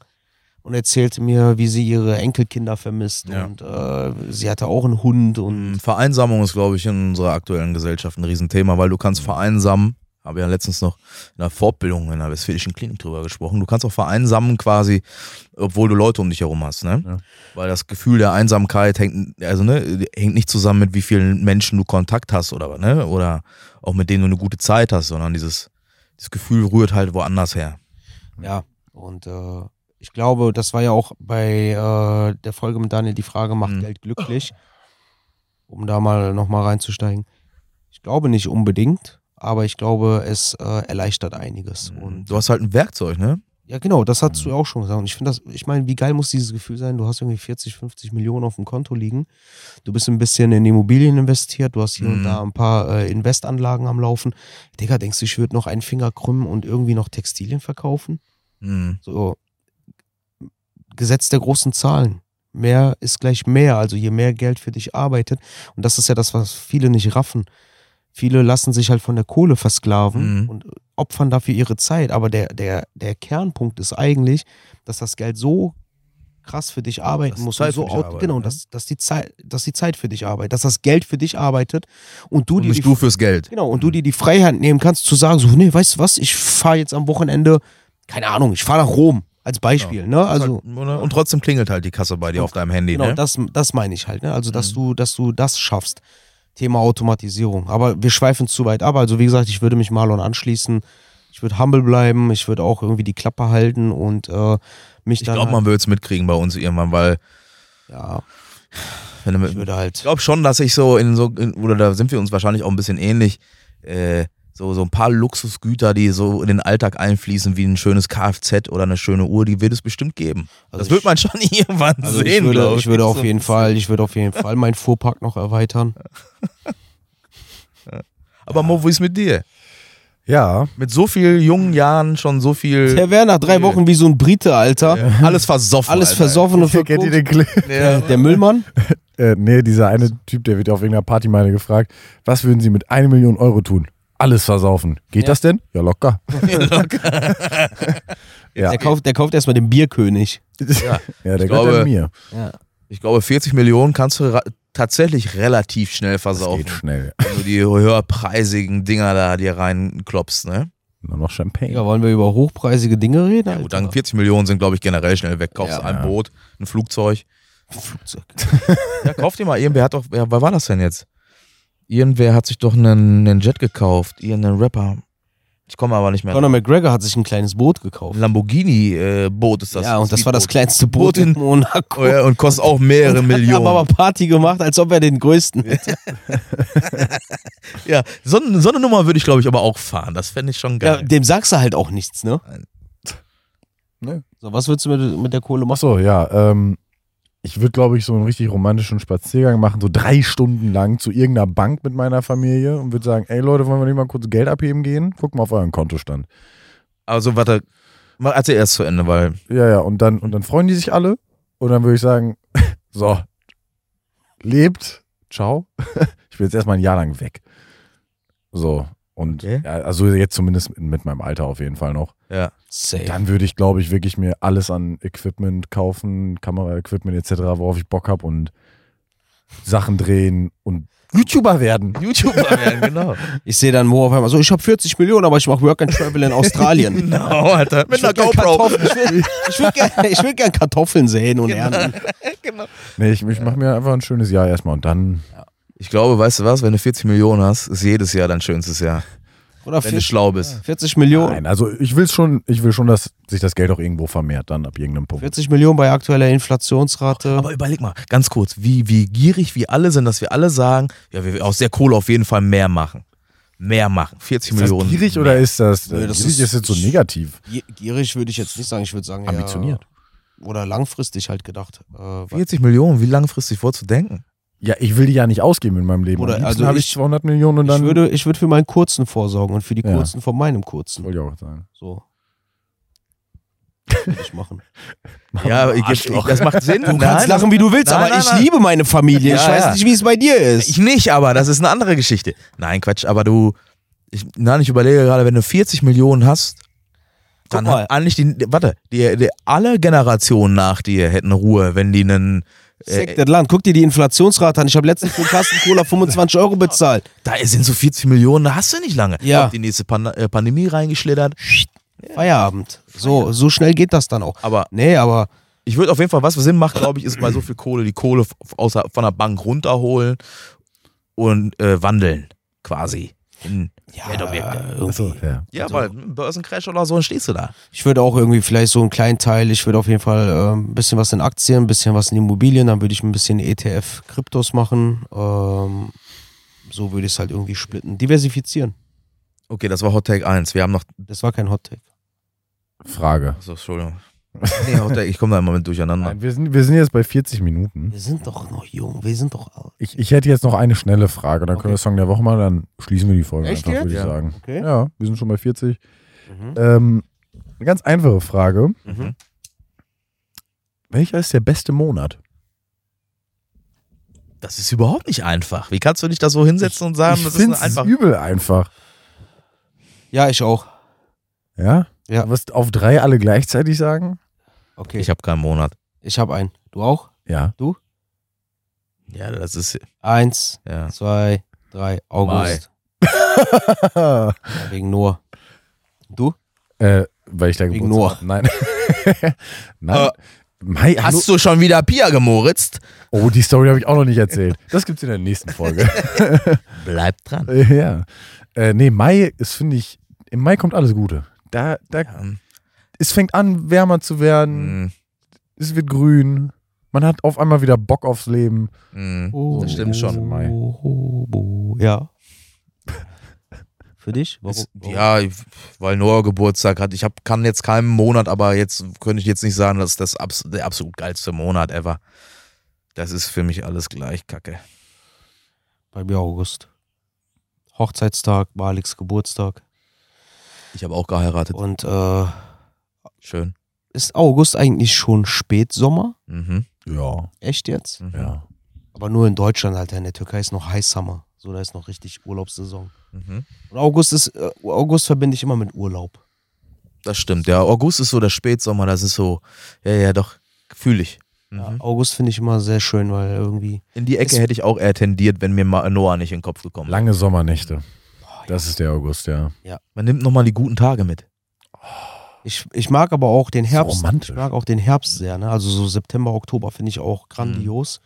[SPEAKER 1] und erzählte mir, wie sie ihre Enkelkinder vermisst
[SPEAKER 3] Ja.
[SPEAKER 1] und äh, sie hatte auch einen Hund und
[SPEAKER 3] Mhm. Vereinsamung ist, glaube ich, in unserer aktuellen Gesellschaft ein Riesenthema, weil du kannst vereinsamen, habe ja letztens noch in einer Fortbildung in einer westfälischen Klinik drüber gesprochen, du kannst auch vereinsamen quasi, obwohl du Leute um dich herum hast, ne?
[SPEAKER 2] Ja.
[SPEAKER 3] Weil das Gefühl der Einsamkeit hängt, also ne, hängt nicht zusammen mit wie vielen Menschen du Kontakt hast oder was, ne? Oder auch mit denen du eine gute Zeit hast, sondern dieses, dieses Gefühl rührt halt woanders her. Mhm.
[SPEAKER 1] Ja, und äh, ich glaube, das war ja auch bei äh, der Folge mit Daniel die Frage, macht
[SPEAKER 3] Mhm.
[SPEAKER 1] Geld glücklich? Um da mal nochmal reinzusteigen. Ich glaube nicht unbedingt, aber ich glaube, es äh, erleichtert einiges. Und
[SPEAKER 3] Und du hast halt ein Werkzeug, ne?
[SPEAKER 1] ja, genau, das hast du
[SPEAKER 3] Mhm.
[SPEAKER 1] ja auch schon gesagt. Und ich finde das, ich meine, wie geil muss dieses Gefühl sein? Du hast irgendwie 40, 50 Millionen auf dem Konto liegen. Du bist ein bisschen in Immobilien investiert. Du hast hier
[SPEAKER 3] Mhm.
[SPEAKER 1] und da ein paar äh, Investanlagen am Laufen. Digga, denkst du, ich würde noch einen Finger krümmen und irgendwie noch Textilien verkaufen?
[SPEAKER 3] Mhm.
[SPEAKER 1] So, Gesetz der großen Zahlen. Mehr ist gleich mehr. Also je mehr Geld für dich arbeitet. Und das ist ja das, was viele nicht raffen. Viele lassen sich halt von der Kohle versklaven
[SPEAKER 3] Mhm.
[SPEAKER 1] und opfern dafür ihre Zeit. Aber der, der, der Kernpunkt ist eigentlich, dass das Geld so krass für dich arbeiten
[SPEAKER 3] Dass
[SPEAKER 1] muss.
[SPEAKER 3] Zeit
[SPEAKER 1] und so
[SPEAKER 3] für dich
[SPEAKER 1] out-
[SPEAKER 3] arbeitet,
[SPEAKER 1] genau,
[SPEAKER 3] ne?
[SPEAKER 1] dass, dass, die Zeit, dass die Zeit für dich arbeitet, dass das Geld für dich arbeitet und du
[SPEAKER 3] Und
[SPEAKER 1] dir die
[SPEAKER 3] nicht du fürs Geld.
[SPEAKER 1] Genau, und du dir die Freiheit nehmen kannst, zu sagen, so, nee, weißt du was, ich fahre jetzt am Wochenende, keine Ahnung, ich fahre nach Rom, als Beispiel, ne? Also,
[SPEAKER 3] Oder? Halt, Und trotzdem klingelt halt die Kasse bei dir auf deinem Handy,
[SPEAKER 1] genau,
[SPEAKER 3] ne?
[SPEAKER 1] das, das meine ich halt, ne? Also,
[SPEAKER 3] Mhm.
[SPEAKER 1] dass du, dass du das schaffst. Thema Automatisierung. Aber wir schweifen zu weit ab. Also, wie gesagt, ich würde mich Marlon anschließen. Ich würde humble bleiben, ich würde auch irgendwie die Klappe halten und äh, mich
[SPEAKER 3] Ich
[SPEAKER 1] dann.
[SPEAKER 3] glaube, man wird es mitkriegen bei uns irgendwann, weil
[SPEAKER 1] ja,
[SPEAKER 3] wenn du mit,
[SPEAKER 1] ich
[SPEAKER 3] ich
[SPEAKER 1] würde halt.
[SPEAKER 3] glaube schon, dass ich so in so in, oder da sind wir uns wahrscheinlich auch ein bisschen ähnlich. Äh, so so ein paar Luxusgüter, die so in den Alltag einfließen, wie ein schönes Kfz oder eine schöne Uhr, die wird es bestimmt geben.
[SPEAKER 1] Also
[SPEAKER 3] das wird
[SPEAKER 1] ich-
[SPEAKER 3] man schon irgendwann
[SPEAKER 1] Also
[SPEAKER 3] sehen.
[SPEAKER 1] ich würde,
[SPEAKER 3] glaub
[SPEAKER 1] ich würde auf
[SPEAKER 3] So.
[SPEAKER 1] jeden Fall, ich würde auf jeden Fall meinen Fuhrpark noch erweitern.
[SPEAKER 3] Aber Mo, wie ist mit dir?
[SPEAKER 2] Ja,
[SPEAKER 3] Mit so viel jungen Jahren schon so viel
[SPEAKER 1] Der wäre nach drei Wochen wie so ein Brite, Alter.
[SPEAKER 3] alles versoffen.
[SPEAKER 1] Alles
[SPEAKER 3] Alter.
[SPEAKER 1] versoffen und
[SPEAKER 2] kennt ihr
[SPEAKER 1] verkauft.
[SPEAKER 2] den Clip?
[SPEAKER 1] Der, der Müllmann?
[SPEAKER 2] Äh, nee, dieser eine Typ, der wird auf irgendeiner Party mal gefragt, was würden Sie mit einer Million Euro tun? Alles versaufen. Geht
[SPEAKER 1] Ja.
[SPEAKER 2] das denn? Ja, locker. ja.
[SPEAKER 1] Der kauft, der kauft erstmal den Bierkönig.
[SPEAKER 2] ja, der
[SPEAKER 3] Ich
[SPEAKER 2] gehört
[SPEAKER 3] glaube-
[SPEAKER 2] an mir.
[SPEAKER 3] Ich glaube, 40 Millionen kannst du ra- tatsächlich relativ schnell
[SPEAKER 2] Das
[SPEAKER 3] versaufen,
[SPEAKER 2] geht schnell.
[SPEAKER 3] wenn du die höherpreisigen Dinger da dir reinklopst, ne?
[SPEAKER 2] Nur noch Champagner.
[SPEAKER 1] Digga, wollen wir über hochpreisige Dinge reden?
[SPEAKER 3] Gut,
[SPEAKER 1] Alter?
[SPEAKER 3] dann 40 Millionen sind, glaube ich, generell schnell weg. Kaufst
[SPEAKER 1] Ja.
[SPEAKER 3] ein
[SPEAKER 2] Ja.
[SPEAKER 3] Boot, ein Flugzeug.
[SPEAKER 1] Flugzeug.
[SPEAKER 3] Ja, kauf dir mal. Irgendwer hat doch, wer, wer war das denn jetzt? Irgendwer hat sich doch einen, einen Jet gekauft. Irgendein Rapper. Ich komme aber nicht mehr.
[SPEAKER 1] Conor McGregor hat sich ein kleines Boot gekauft.
[SPEAKER 3] Ein Lamborghini-Boot ist das.
[SPEAKER 1] ja, und das war das
[SPEAKER 3] Speedboot.
[SPEAKER 1] kleinste Boot
[SPEAKER 3] Boot in-
[SPEAKER 1] in Monaco.
[SPEAKER 3] Oh ja, und kostet auch mehrere Millionen.
[SPEAKER 1] Hat aber Party gemacht, als ob er den größten hätte.
[SPEAKER 3] ja, so, so eine Nummer würde ich, glaube ich, aber auch fahren. Das fände ich schon
[SPEAKER 1] Ja,
[SPEAKER 3] geil.
[SPEAKER 1] dem sagst du halt auch nichts, ne?
[SPEAKER 3] Nein.
[SPEAKER 2] Nö.
[SPEAKER 1] So, was willst du mit, mit der Kohle machen?
[SPEAKER 2] Achso, ja. Ähm, ich würde, glaube ich, so einen richtig romantischen Spaziergang machen, so drei Stunden lang zu irgendeiner Bank mit meiner Familie und würde sagen, ey Leute, wollen wir nicht mal kurz Geld abheben gehen? Guck mal auf euren Kontostand.
[SPEAKER 3] also, warte. Mal erzähl erst zu Ende, weil.
[SPEAKER 2] Ja, ja, und dann, und dann freuen die sich alle und dann würde ich sagen, so, lebt, ciao. ich bin jetzt erstmal ein Jahr lang weg. So, und
[SPEAKER 3] Okay.
[SPEAKER 2] ja, also jetzt zumindest mit meinem Alter auf jeden Fall noch.
[SPEAKER 3] Ja.
[SPEAKER 1] Safe.
[SPEAKER 2] Dann würde ich, glaube ich, wirklich mir alles an Equipment kaufen, Kamera-Equipment etc., worauf ich Bock habe und Sachen drehen und YouTuber werden.
[SPEAKER 3] YouTuber werden, genau.
[SPEAKER 1] Ich sehe dann Mo auf einmal so, ich habe 40 Millionen, aber ich mache Work and Travel in Australien.
[SPEAKER 3] Genau, Alter. Mit
[SPEAKER 1] Ich würd
[SPEAKER 3] einer
[SPEAKER 1] gern
[SPEAKER 3] GoPro.
[SPEAKER 1] Kartoffeln- Ich will, ich will, gern, ich will gern Kartoffeln säen und ernten.
[SPEAKER 3] genau.
[SPEAKER 2] Nee, ich, ich mache mir einfach ein schönes Jahr erstmal und dann.
[SPEAKER 3] Ich glaube, weißt du was, wenn du 40 Millionen hast, ist jedes Jahr dein schönstes Jahr.
[SPEAKER 1] Oder
[SPEAKER 3] Wenn du
[SPEAKER 1] 40,
[SPEAKER 3] schlau bist.
[SPEAKER 1] 40 Millionen.
[SPEAKER 2] Nein, also ich will schon, ich will schon, dass sich das Geld auch irgendwo vermehrt, dann ab irgendeinem Punkt.
[SPEAKER 1] 40 Millionen bei aktueller Inflationsrate.
[SPEAKER 3] Aber überleg mal, ganz kurz, wie, wie gierig wir alle sind, dass wir alle sagen, ja, wir aus der Kohle auf jeden Fall mehr machen. Mehr machen. 40
[SPEAKER 2] Ist das
[SPEAKER 3] Millionen.
[SPEAKER 2] gierig oder ist das,
[SPEAKER 1] Nö, das
[SPEAKER 2] gierig
[SPEAKER 1] ist-
[SPEAKER 2] ist, jetzt so negativ?
[SPEAKER 1] Gier- Gierig würde ich jetzt nicht sagen, ich würde sagen,
[SPEAKER 2] Ambitioniert.
[SPEAKER 1] Ja, oder langfristig halt gedacht. Äh, weil-
[SPEAKER 3] 40 Millionen, wie langfristig vorzudenken?
[SPEAKER 2] Ja, ich will die ja nicht ausgeben in meinem Leben.
[SPEAKER 1] Oder,
[SPEAKER 2] Am liebsten
[SPEAKER 1] also
[SPEAKER 2] habe ich
[SPEAKER 1] ich-
[SPEAKER 2] 200 Millionen und
[SPEAKER 1] ich
[SPEAKER 2] dann.
[SPEAKER 1] würde, ich würde für meinen kurzen vorsorgen und für die
[SPEAKER 2] Ja.
[SPEAKER 1] kurzen von meinem
[SPEAKER 2] das
[SPEAKER 1] kurzen.
[SPEAKER 2] wollte ich auch sagen.
[SPEAKER 1] So. Würde ich machen.
[SPEAKER 3] Ja, ich, ich,
[SPEAKER 2] Arschloch.
[SPEAKER 3] das macht Sinn.
[SPEAKER 1] Du kannst lachen, wie du willst,
[SPEAKER 3] Nein,
[SPEAKER 1] aber
[SPEAKER 3] nein,
[SPEAKER 1] ich
[SPEAKER 3] nein.
[SPEAKER 1] liebe meine Familie. ich
[SPEAKER 3] Ja,
[SPEAKER 1] weiß
[SPEAKER 3] ja.
[SPEAKER 1] nicht, wie es bei dir ist.
[SPEAKER 3] Ich nicht, aber das ist eine andere Geschichte. Nein, Quatsch, aber du, ich, nein, ich überlege gerade, wenn du 40 Millionen hast, dann
[SPEAKER 1] mal.
[SPEAKER 3] hat eigentlich die, warte, die, die, alle Generationen nach dir hätten Ruhe, wenn die einen,
[SPEAKER 1] Fick das Land. Guck dir die Inflationsrate an. Ich habe letztens für einen Kasten Cola 25 Euro bezahlt.
[SPEAKER 3] da sind so 40 Millionen, da hast du nicht lange.
[SPEAKER 1] Ja.
[SPEAKER 3] Hab die nächste Pan äh, Pandemie reingeschlittert.
[SPEAKER 1] Feierabend. So, so schnell geht das dann auch.
[SPEAKER 3] Aber
[SPEAKER 1] Nee, aber
[SPEAKER 3] ich würde auf jeden Fall, was Sinn macht, glaube ich, ist bei so viel Kohle, die Kohle f- aus der, von der Bank runterholen und äh, wandeln, quasi. In
[SPEAKER 1] ja,
[SPEAKER 3] Wertobjekte.
[SPEAKER 1] irgendwie.
[SPEAKER 2] Ja.
[SPEAKER 3] Ja, weil ein Börsencrash oder so, dann stehst du da.
[SPEAKER 1] Ich würde auch irgendwie vielleicht so einen kleinen Teil, ich würde auf jeden Fall äh, ein bisschen was in Aktien, ein bisschen was in Immobilien, dann würde ich ein bisschen ETF-Kryptos machen. Ähm, so würde ich es halt irgendwie splitten. Diversifizieren.
[SPEAKER 3] Okay, das war Hot Take 1. Wir haben noch
[SPEAKER 1] Das war kein Hot Take.
[SPEAKER 2] Frage.
[SPEAKER 3] Achso, Entschuldigung. Nee, Hot Take, ich komme da immer mit durcheinander.
[SPEAKER 2] Nein, wir, sind, wir sind jetzt bei 40 Minuten.
[SPEAKER 1] Wir sind doch noch jung, wir sind doch alt.
[SPEAKER 2] Ich, ich hätte jetzt noch eine schnelle Frage, dann können wir Song der Woche machen, dann schließen wir die Folge
[SPEAKER 1] Echt jetzt?
[SPEAKER 2] einfach, würde ich
[SPEAKER 3] Ja.
[SPEAKER 2] sagen.
[SPEAKER 1] Okay.
[SPEAKER 2] Ja, wir sind schon bei 40.
[SPEAKER 1] Mhm.
[SPEAKER 2] Ähm, eine ganz einfache Frage.
[SPEAKER 3] Mhm.
[SPEAKER 2] Welcher ist der beste Monat?
[SPEAKER 3] Das ist überhaupt nicht einfach. Wie kannst du dich da so hinsetzen und sagen,
[SPEAKER 2] ich
[SPEAKER 3] Ähm, das ist
[SPEAKER 2] finde
[SPEAKER 3] eine
[SPEAKER 2] es
[SPEAKER 3] einfach.
[SPEAKER 2] übel einfach.
[SPEAKER 1] Ja, ich auch.
[SPEAKER 2] Ja?
[SPEAKER 1] Ja.
[SPEAKER 2] Was auf drei alle gleichzeitig sagen?
[SPEAKER 1] Okay.
[SPEAKER 3] Ich habe keinen Monat.
[SPEAKER 1] Ich habe einen. Du auch?
[SPEAKER 2] Ja.
[SPEAKER 3] Ja, das ist.
[SPEAKER 1] Eins,
[SPEAKER 3] Ja.
[SPEAKER 1] zwei, drei, August. Ja, wegen Noah. Du?
[SPEAKER 2] äh, weil ich da
[SPEAKER 1] Wegen
[SPEAKER 2] Geburtstag habe. Nein. Nein.
[SPEAKER 3] Äh,
[SPEAKER 2] Mai, hallo.
[SPEAKER 3] Hast du schon wieder Pia gemoritzt?
[SPEAKER 2] Oh, die Story habe ich auch noch nicht erzählt. Das gibt's in der nächsten Folge.
[SPEAKER 3] Bleib dran.
[SPEAKER 2] ja. Äh, nee, Mai ist, finde ich, im Mai kommt alles Gute. Da, da,
[SPEAKER 3] Ähm,
[SPEAKER 2] Es fängt an, wärmer zu werden.
[SPEAKER 3] mm,
[SPEAKER 2] es wird grün. Man hat auf einmal wieder Bock aufs Leben.
[SPEAKER 3] mm.
[SPEAKER 1] Oh,
[SPEAKER 3] Das stimmt schon.
[SPEAKER 1] oh, oh, oh, Ja. Für dich? Warum?
[SPEAKER 3] Ist,
[SPEAKER 1] warum?
[SPEAKER 3] ja, ich- weil Noah Geburtstag hat. Ich hab, kann jetzt keinen Monat, aber jetzt könnte ich jetzt nicht sagen, das ist das abs der absolut geilste Monat ever. Das ist für mich alles gleich kacke.
[SPEAKER 1] Bei mir August. Hochzeitstag, Maliks Geburtstag.
[SPEAKER 3] Ich habe auch geheiratet.
[SPEAKER 1] Und äh,
[SPEAKER 3] Schön.
[SPEAKER 1] ist August eigentlich schon Spätsommer?
[SPEAKER 3] Mhm.
[SPEAKER 2] Ja,
[SPEAKER 1] Echt jetzt?
[SPEAKER 3] mhm.
[SPEAKER 2] ja.
[SPEAKER 1] Aber nur in Deutschland, Alter. In der Türkei ist noch High Summer. So, da ist noch richtig Urlaubssaison.
[SPEAKER 3] Mhm.
[SPEAKER 1] Und August ist, äh, August verbinde ich immer mit Urlaub.
[SPEAKER 3] Das stimmt, ja. August ist so der Spätsommer, das ist so, ja, ja, doch, fühle ich. Mhm.
[SPEAKER 1] Ja, August finde ich immer sehr schön, weil irgendwie.
[SPEAKER 3] In die Ecke hätte ich auch eher tendiert, wenn mir Ma- Noah nicht in den Kopf gekommen wäre.
[SPEAKER 2] Lange Sommernächte. Das ist der August, ja.
[SPEAKER 3] Man nimmt nochmal die guten Tage mit.
[SPEAKER 1] Ich, ich mag aber auch den Herbst.
[SPEAKER 2] romantisch.
[SPEAKER 1] Ich mag auch den Herbst sehr, ne? Also so September, Oktober finde ich auch grandios.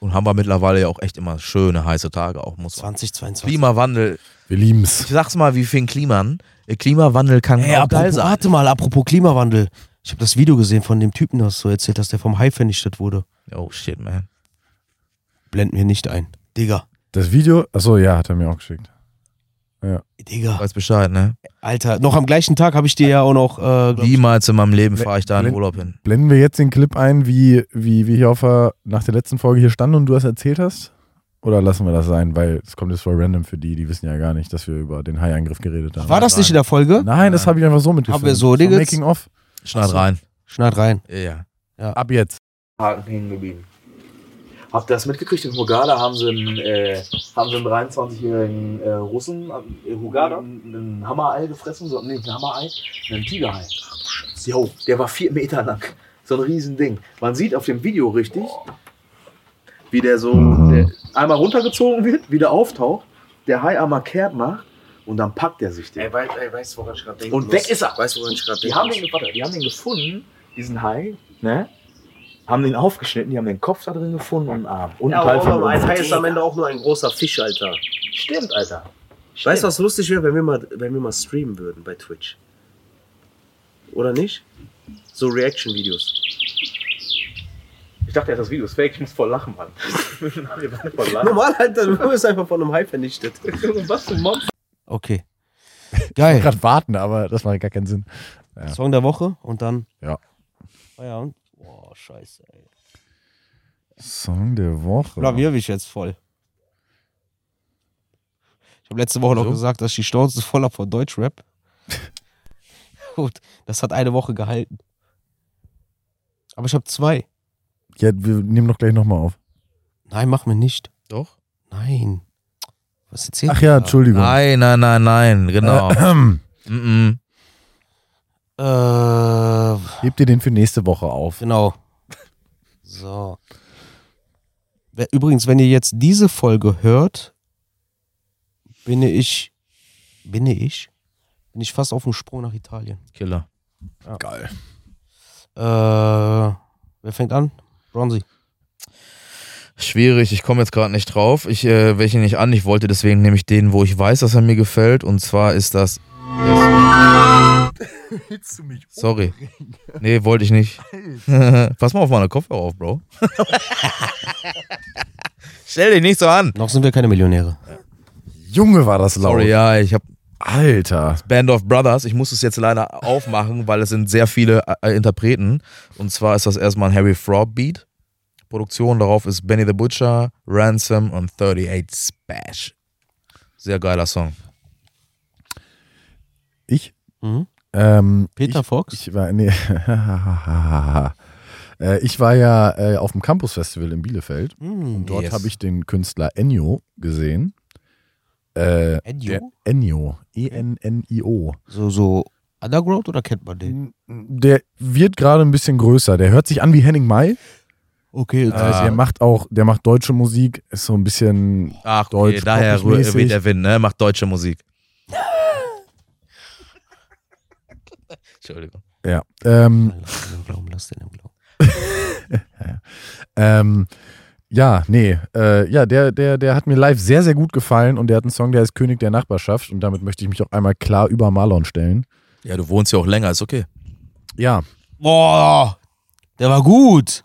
[SPEAKER 3] Und haben wir mittlerweile ja auch echt immer schöne, heiße Tage auch, muss man.
[SPEAKER 1] 2022.
[SPEAKER 3] Klimawandel.
[SPEAKER 2] Wir lieben's.
[SPEAKER 3] Ich sag's mal, wie Finn Kliman. äh, Klimawandel kann
[SPEAKER 1] Ey,
[SPEAKER 3] auch geil
[SPEAKER 1] apropos,
[SPEAKER 3] sein.
[SPEAKER 1] warte mal, apropos Klimawandel. Ich habe das Video gesehen von dem Typen, das du erzählt hast, der vom Hai vernichtet wurde.
[SPEAKER 3] Oh shit, man.
[SPEAKER 1] Blend mir nicht ein. Digga.
[SPEAKER 2] Das Video, achso, ja, hat er mir auch geschickt.
[SPEAKER 1] Digga.
[SPEAKER 3] Weiß Bescheid, ne?
[SPEAKER 1] Alter, noch am gleichen Tag habe ich dir ja auch noch. Äh, glaub-
[SPEAKER 3] Niemals in meinem Leben
[SPEAKER 2] Le-
[SPEAKER 3] fahre ich da in
[SPEAKER 2] Len-
[SPEAKER 3] Urlaub hin.
[SPEAKER 2] Blenden wir jetzt den Clip ein, wie, wie wir hier auf der, nach der letzten Folge hier standen und du das erzählt hast? Oder lassen wir das sein, weil es kommt jetzt voll random für die, die wissen ja gar nicht, dass wir über den Hai-Angriff geredet haben.
[SPEAKER 1] war das nicht in der Folge?
[SPEAKER 2] Nein, das habe ich einfach so mitgefilmt.
[SPEAKER 1] wir so,
[SPEAKER 2] Das war
[SPEAKER 1] Digga,
[SPEAKER 2] Making of.
[SPEAKER 3] Schneid rein.
[SPEAKER 1] Schneid rein.
[SPEAKER 3] Ja.
[SPEAKER 2] Ab jetzt.
[SPEAKER 5] Haken hängen geblieben. Habt ihr das mitgekriegt? In Hurghada haben sie einen, äh, haben sie einen 23-jährigen äh, Russen, äh, Hurghada, einen, einen Hammerei gefressen, so, nee, einen Hammerei, einen Tigerhai. Jo, der war vier Meter lang. So ein Riesending. Man sieht auf dem Video richtig, wie der so der einmal runtergezogen wird, wieder auftaucht, der Hai einmal kehrt macht und dann packt er sich den.
[SPEAKER 6] Ey, wei- ey, weißt du, woran ich gerade denke?
[SPEAKER 5] Und weg ist er.
[SPEAKER 6] Weißt du, woran ich gerade
[SPEAKER 5] Die
[SPEAKER 6] denke?
[SPEAKER 5] Äh, haben, den, warte, die haben den gefunden, diesen Hai, ne? Haben den aufgeschnitten, die haben den Kopf da drin gefunden und einen Arm. Und
[SPEAKER 6] ja,
[SPEAKER 5] einen Teil
[SPEAKER 6] aber
[SPEAKER 5] von
[SPEAKER 6] Oma, ein Hai ist am
[SPEAKER 5] Ende.
[SPEAKER 6] Ende auch nur ein großer Fisch, Alter.
[SPEAKER 5] Stimmt, Alter.
[SPEAKER 6] Weißt du, was lustig wäre, wenn wir mal, wenn wir mal streamen würden bei Twitch? Oder nicht? So Reaction-Videos.
[SPEAKER 5] Ich dachte, das Video ist fake, ich muss voll lachen, Mann. Wir waren voll lachen.
[SPEAKER 6] Normal, Alter, du wirst einfach von einem Hai vernichtet.
[SPEAKER 5] Was für ein Monster.
[SPEAKER 1] Okay. Geil.
[SPEAKER 2] Gerade warten, aber das macht gar keinen Sinn. Ja.
[SPEAKER 1] Song der Woche und dann.
[SPEAKER 2] Ja.
[SPEAKER 1] Feierabend. Boah, scheiße, ey.
[SPEAKER 2] Song der Woche.
[SPEAKER 1] Blamier mich jetzt voll. Ich habe letzte Woche noch
[SPEAKER 3] Wieso?
[SPEAKER 1] gesagt, dass die Schnauze voll ab von Deutschrap. Gut, das hat eine Woche gehalten. Aber ich habe zwei.
[SPEAKER 2] Ja, wir nehmen doch gleich nochmal auf.
[SPEAKER 1] Nein, mach mir nicht.
[SPEAKER 3] Doch?
[SPEAKER 1] Nein. Was erzählt
[SPEAKER 2] Ach
[SPEAKER 1] ihr
[SPEAKER 2] ja,
[SPEAKER 1] da?
[SPEAKER 2] Entschuldigung.
[SPEAKER 3] Nein, nein, nein, nein. Ah, Genau. Mm -mm.
[SPEAKER 1] Äh,
[SPEAKER 2] Hebt ihr den für nächste Woche auf?
[SPEAKER 1] genau. So. Wer- Übrigens, wenn ihr jetzt diese Folge hört, bin ich, bin ich, bin ich fast auf dem Sprung nach Italien.
[SPEAKER 3] Killer.
[SPEAKER 2] Geil.
[SPEAKER 1] Äh, wer fängt an? Bronzy.
[SPEAKER 3] Schwierig, ich komme jetzt gerade nicht drauf. Ich äh, welche nicht an. Ich wollte deswegen nämlich den, wo ich weiß, dass er mir gefällt. Und zwar ist das.
[SPEAKER 2] Willst du mich
[SPEAKER 3] Sorry. Nee, wollte ich nicht. Pass mal auf meine Kopfhörer auf, Bro. Stell dich nicht so an.
[SPEAKER 1] Noch sind wir keine Millionäre.
[SPEAKER 2] Junge, war das laut.
[SPEAKER 3] Sorry, ja, ich habe
[SPEAKER 2] Alter.
[SPEAKER 3] Band of Brothers. Ich muss es jetzt leider aufmachen, weil es sind sehr viele äh, Interpreten. Und zwar ist das erstmal ein Harry Fraud Beat. Produktion darauf ist Benny the Butcher, Ransom und 38 Spash. Sehr geiler Song.
[SPEAKER 2] Ich?
[SPEAKER 1] Mhm.
[SPEAKER 2] Ähm,
[SPEAKER 1] Peter Fox?
[SPEAKER 2] Ich, ich war, nee. Äh, ich war ja äh, auf dem Campus Festival in Bielefeld.
[SPEAKER 1] Hm,
[SPEAKER 2] Dort
[SPEAKER 3] Yes.
[SPEAKER 2] habe ich den Künstler Ennio gesehen. Äh,
[SPEAKER 1] Edio?
[SPEAKER 2] der E Ennio. E-N-N-I-O.
[SPEAKER 1] So, so Underground oder kennt man den?
[SPEAKER 2] Der wird gerade ein bisschen größer. Der hört sich an wie Henning May.
[SPEAKER 3] Äh.
[SPEAKER 1] Okay,
[SPEAKER 2] Das heißt, er macht auch, der macht deutsche Musik, ist so ein bisschen
[SPEAKER 3] Ach, okay,
[SPEAKER 2] Deutsch,
[SPEAKER 3] daher rühr-
[SPEAKER 2] poppig-mäßig.
[SPEAKER 3] weht der Wind, ne? Macht deutsche Musik. Entschuldigung.
[SPEAKER 2] Ja. Ähm,
[SPEAKER 1] Lass den im Glauben, lass den im Glauben.
[SPEAKER 2] ähm, ja, nee. Äh, ja, der, der, der hat mir live sehr, sehr gut gefallen und der hat einen Song, der heißt König der Nachbarschaft und damit möchte ich mich auch einmal klar über Marlon stellen.
[SPEAKER 3] Ja, du wohnst ja auch länger, ist okay.
[SPEAKER 2] Ja,
[SPEAKER 1] Boah, der war gut.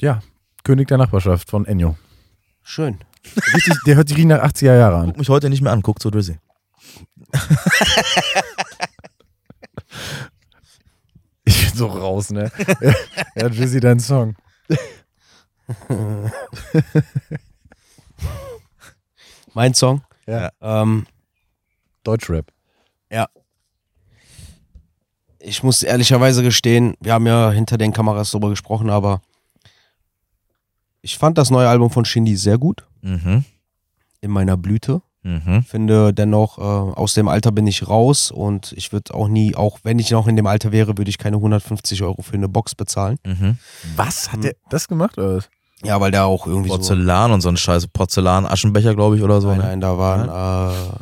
[SPEAKER 2] ja. König der Nachbarschaft von Ennio.
[SPEAKER 1] Schön.
[SPEAKER 2] Richtig, der hört sich richtig nach 80er Jahre an.
[SPEAKER 3] Guck mich heute nicht mehr an, guck zu Drizzy.
[SPEAKER 2] Ich bin so raus, ne? ja, Jizzy, dein Song.
[SPEAKER 1] Mein Song.
[SPEAKER 2] Ja.
[SPEAKER 1] Ähm,
[SPEAKER 2] Deutschrap.
[SPEAKER 1] ich muss ehrlicherweise gestehen, wir haben ja hinter den Kameras drüber gesprochen, aber ich fand das neue Album von Shindy sehr gut.
[SPEAKER 3] Mhm.
[SPEAKER 1] In meiner Blüte.
[SPEAKER 3] Mhm.
[SPEAKER 1] Finde dennoch, äh, aus dem Alter bin ich raus und ich würde auch nie, auch wenn ich noch in dem Alter wäre, würde ich keine 150 Euro für eine Box bezahlen.
[SPEAKER 3] Mhm.
[SPEAKER 2] Was? Hat der das gemacht? Oder? was?
[SPEAKER 1] Ja, weil da auch irgendwie so.
[SPEAKER 3] Porzellan und so ein Scheiß. Porzellan, Aschenbecher, glaube ich, oder so.
[SPEAKER 1] Nein,
[SPEAKER 3] ne?
[SPEAKER 1] nein, da war ein äh,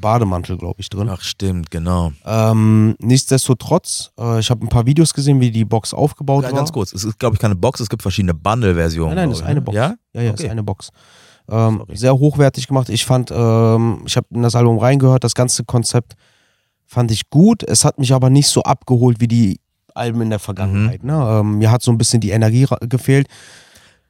[SPEAKER 1] Bademantel, glaube ich, drin.
[SPEAKER 3] Ach, stimmt, genau.
[SPEAKER 1] Ähm, nichtsdestotrotz, äh, ich habe ein paar Videos gesehen, wie die Box aufgebaut
[SPEAKER 3] Ja,
[SPEAKER 1] war.
[SPEAKER 3] ganz kurz. Es ist, glaube ich, keine Box. Es gibt verschiedene Bundle-Versionen.
[SPEAKER 1] Nein, nein,
[SPEAKER 3] glaub
[SPEAKER 1] das
[SPEAKER 3] ich,
[SPEAKER 1] ist eine
[SPEAKER 3] ne?
[SPEAKER 1] Box.
[SPEAKER 3] Ja?
[SPEAKER 1] Ja, ja,
[SPEAKER 3] Okay.
[SPEAKER 1] ist eine Box. Ähm, sehr hochwertig gemacht. Ich fand, ähm, ich habe in das Album reingehört, das ganze Konzept fand ich gut. Es hat mich aber nicht so abgeholt wie die Alben in der Vergangenheit.
[SPEAKER 3] Mhm.
[SPEAKER 1] Ne? Ähm, mir hat so ein bisschen die Energie ra- gefehlt.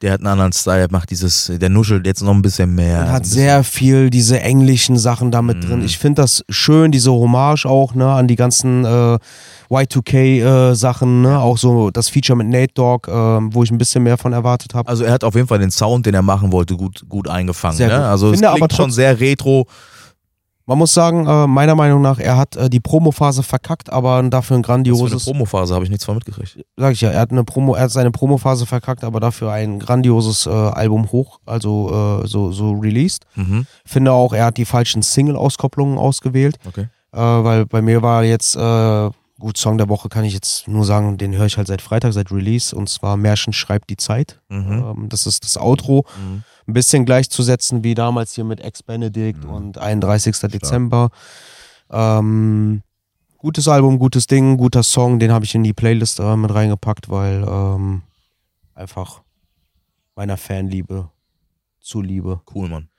[SPEAKER 3] Der hat einen anderen Style. Der macht dieses, der nuschelt jetzt noch ein bisschen mehr.
[SPEAKER 1] Man
[SPEAKER 3] so ein
[SPEAKER 1] hat
[SPEAKER 3] bisschen- Mhm.
[SPEAKER 1] sehr viel diese englischen Sachen damit drin. Ich finde das schön, diese Hommage auch ne, an die ganzen äh, Y2K-Sachen. ne? Auch so das Feature mit Nate Dogg, ähm, wo ich ein bisschen mehr von erwartet habe.
[SPEAKER 3] Also er hat auf jeden Fall den Sound, den er machen wollte, gut, gut eingefangen.
[SPEAKER 1] Sehr
[SPEAKER 3] ne?
[SPEAKER 1] gut.
[SPEAKER 3] Also es
[SPEAKER 1] Finde aber
[SPEAKER 3] klingt schon
[SPEAKER 1] trotz-
[SPEAKER 3] sehr retro.
[SPEAKER 1] Man muss sagen, äh, meiner Meinung nach, er hat äh, die Promophase verkackt, aber dafür ein
[SPEAKER 3] Was für eine
[SPEAKER 1] grandioses,
[SPEAKER 3] Promophase habe ich nichts von mitgekriegt.
[SPEAKER 1] sag ich ja, er hat eine Promo, er hat seine Promophase verkackt, aber dafür ein grandioses äh, Album hoch, also äh, so, so released.
[SPEAKER 3] Mhm.
[SPEAKER 1] Finde auch, er hat die falschen Single-Auskopplungen ausgewählt,
[SPEAKER 3] Okay.
[SPEAKER 1] äh, weil bei mir war jetzt, äh, gut, Song der Woche kann ich jetzt nur sagen, den höre ich halt seit Freitag, seit Release, und zwar Märchen schreibt die Zeit.
[SPEAKER 3] Mhm.
[SPEAKER 1] Ähm, das ist das Outro.
[SPEAKER 3] Mhm.
[SPEAKER 1] Ein bisschen gleichzusetzen wie damals hier mit Ex-Benedict und 31. Dezember. Ähm, gutes Album, gutes Ding, guter Song, den habe ich in die Playlist äh, mit reingepackt, weil ähm, einfach meiner Fanliebe zuliebe.
[SPEAKER 3] Cool, Mann.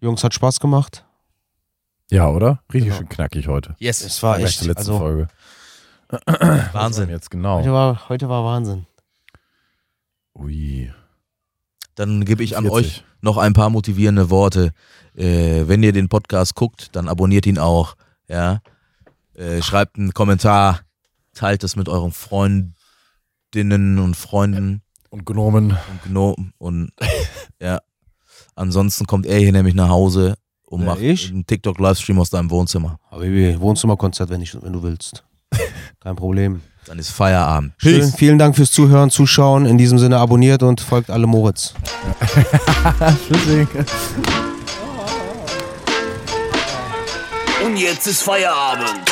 [SPEAKER 1] Jungs, hat Spaß gemacht.
[SPEAKER 2] Ja, oder? Richtig
[SPEAKER 1] Genau.
[SPEAKER 2] schön knackig heute.
[SPEAKER 3] Yes.
[SPEAKER 1] Es war
[SPEAKER 2] Gleich
[SPEAKER 1] echt,
[SPEAKER 2] zur letzten
[SPEAKER 1] also
[SPEAKER 2] Folge.
[SPEAKER 3] Wahnsinn.
[SPEAKER 2] Jetzt genau.
[SPEAKER 1] heute war, heute war Wahnsinn.
[SPEAKER 2] Ui.
[SPEAKER 3] Dann gebe ich an
[SPEAKER 2] 40.
[SPEAKER 3] euch noch ein paar motivierende Worte. Äh, wenn ihr den Podcast guckt, dann abonniert ihn auch. Ja? Äh, schreibt einen Kommentar, teilt es mit euren Freundinnen und Freunden
[SPEAKER 2] Und genommen.
[SPEAKER 3] und Gnomen und ja. Ansonsten kommt er hier nämlich nach Hause und
[SPEAKER 1] Wer,
[SPEAKER 3] macht
[SPEAKER 1] ich?
[SPEAKER 3] einen TikTok-Livestream aus deinem Wohnzimmer.
[SPEAKER 1] Habibi, Wohnzimmerkonzert, wenn, ich, wenn du willst. Kein Problem.
[SPEAKER 3] Dann ist Feierabend.
[SPEAKER 1] Schön, vielen Dank fürs Zuhören, Zuschauen. In diesem Sinne abonniert und folgt alle Moritz.
[SPEAKER 2] Tschüssing.
[SPEAKER 4] Und jetzt ist Feierabend.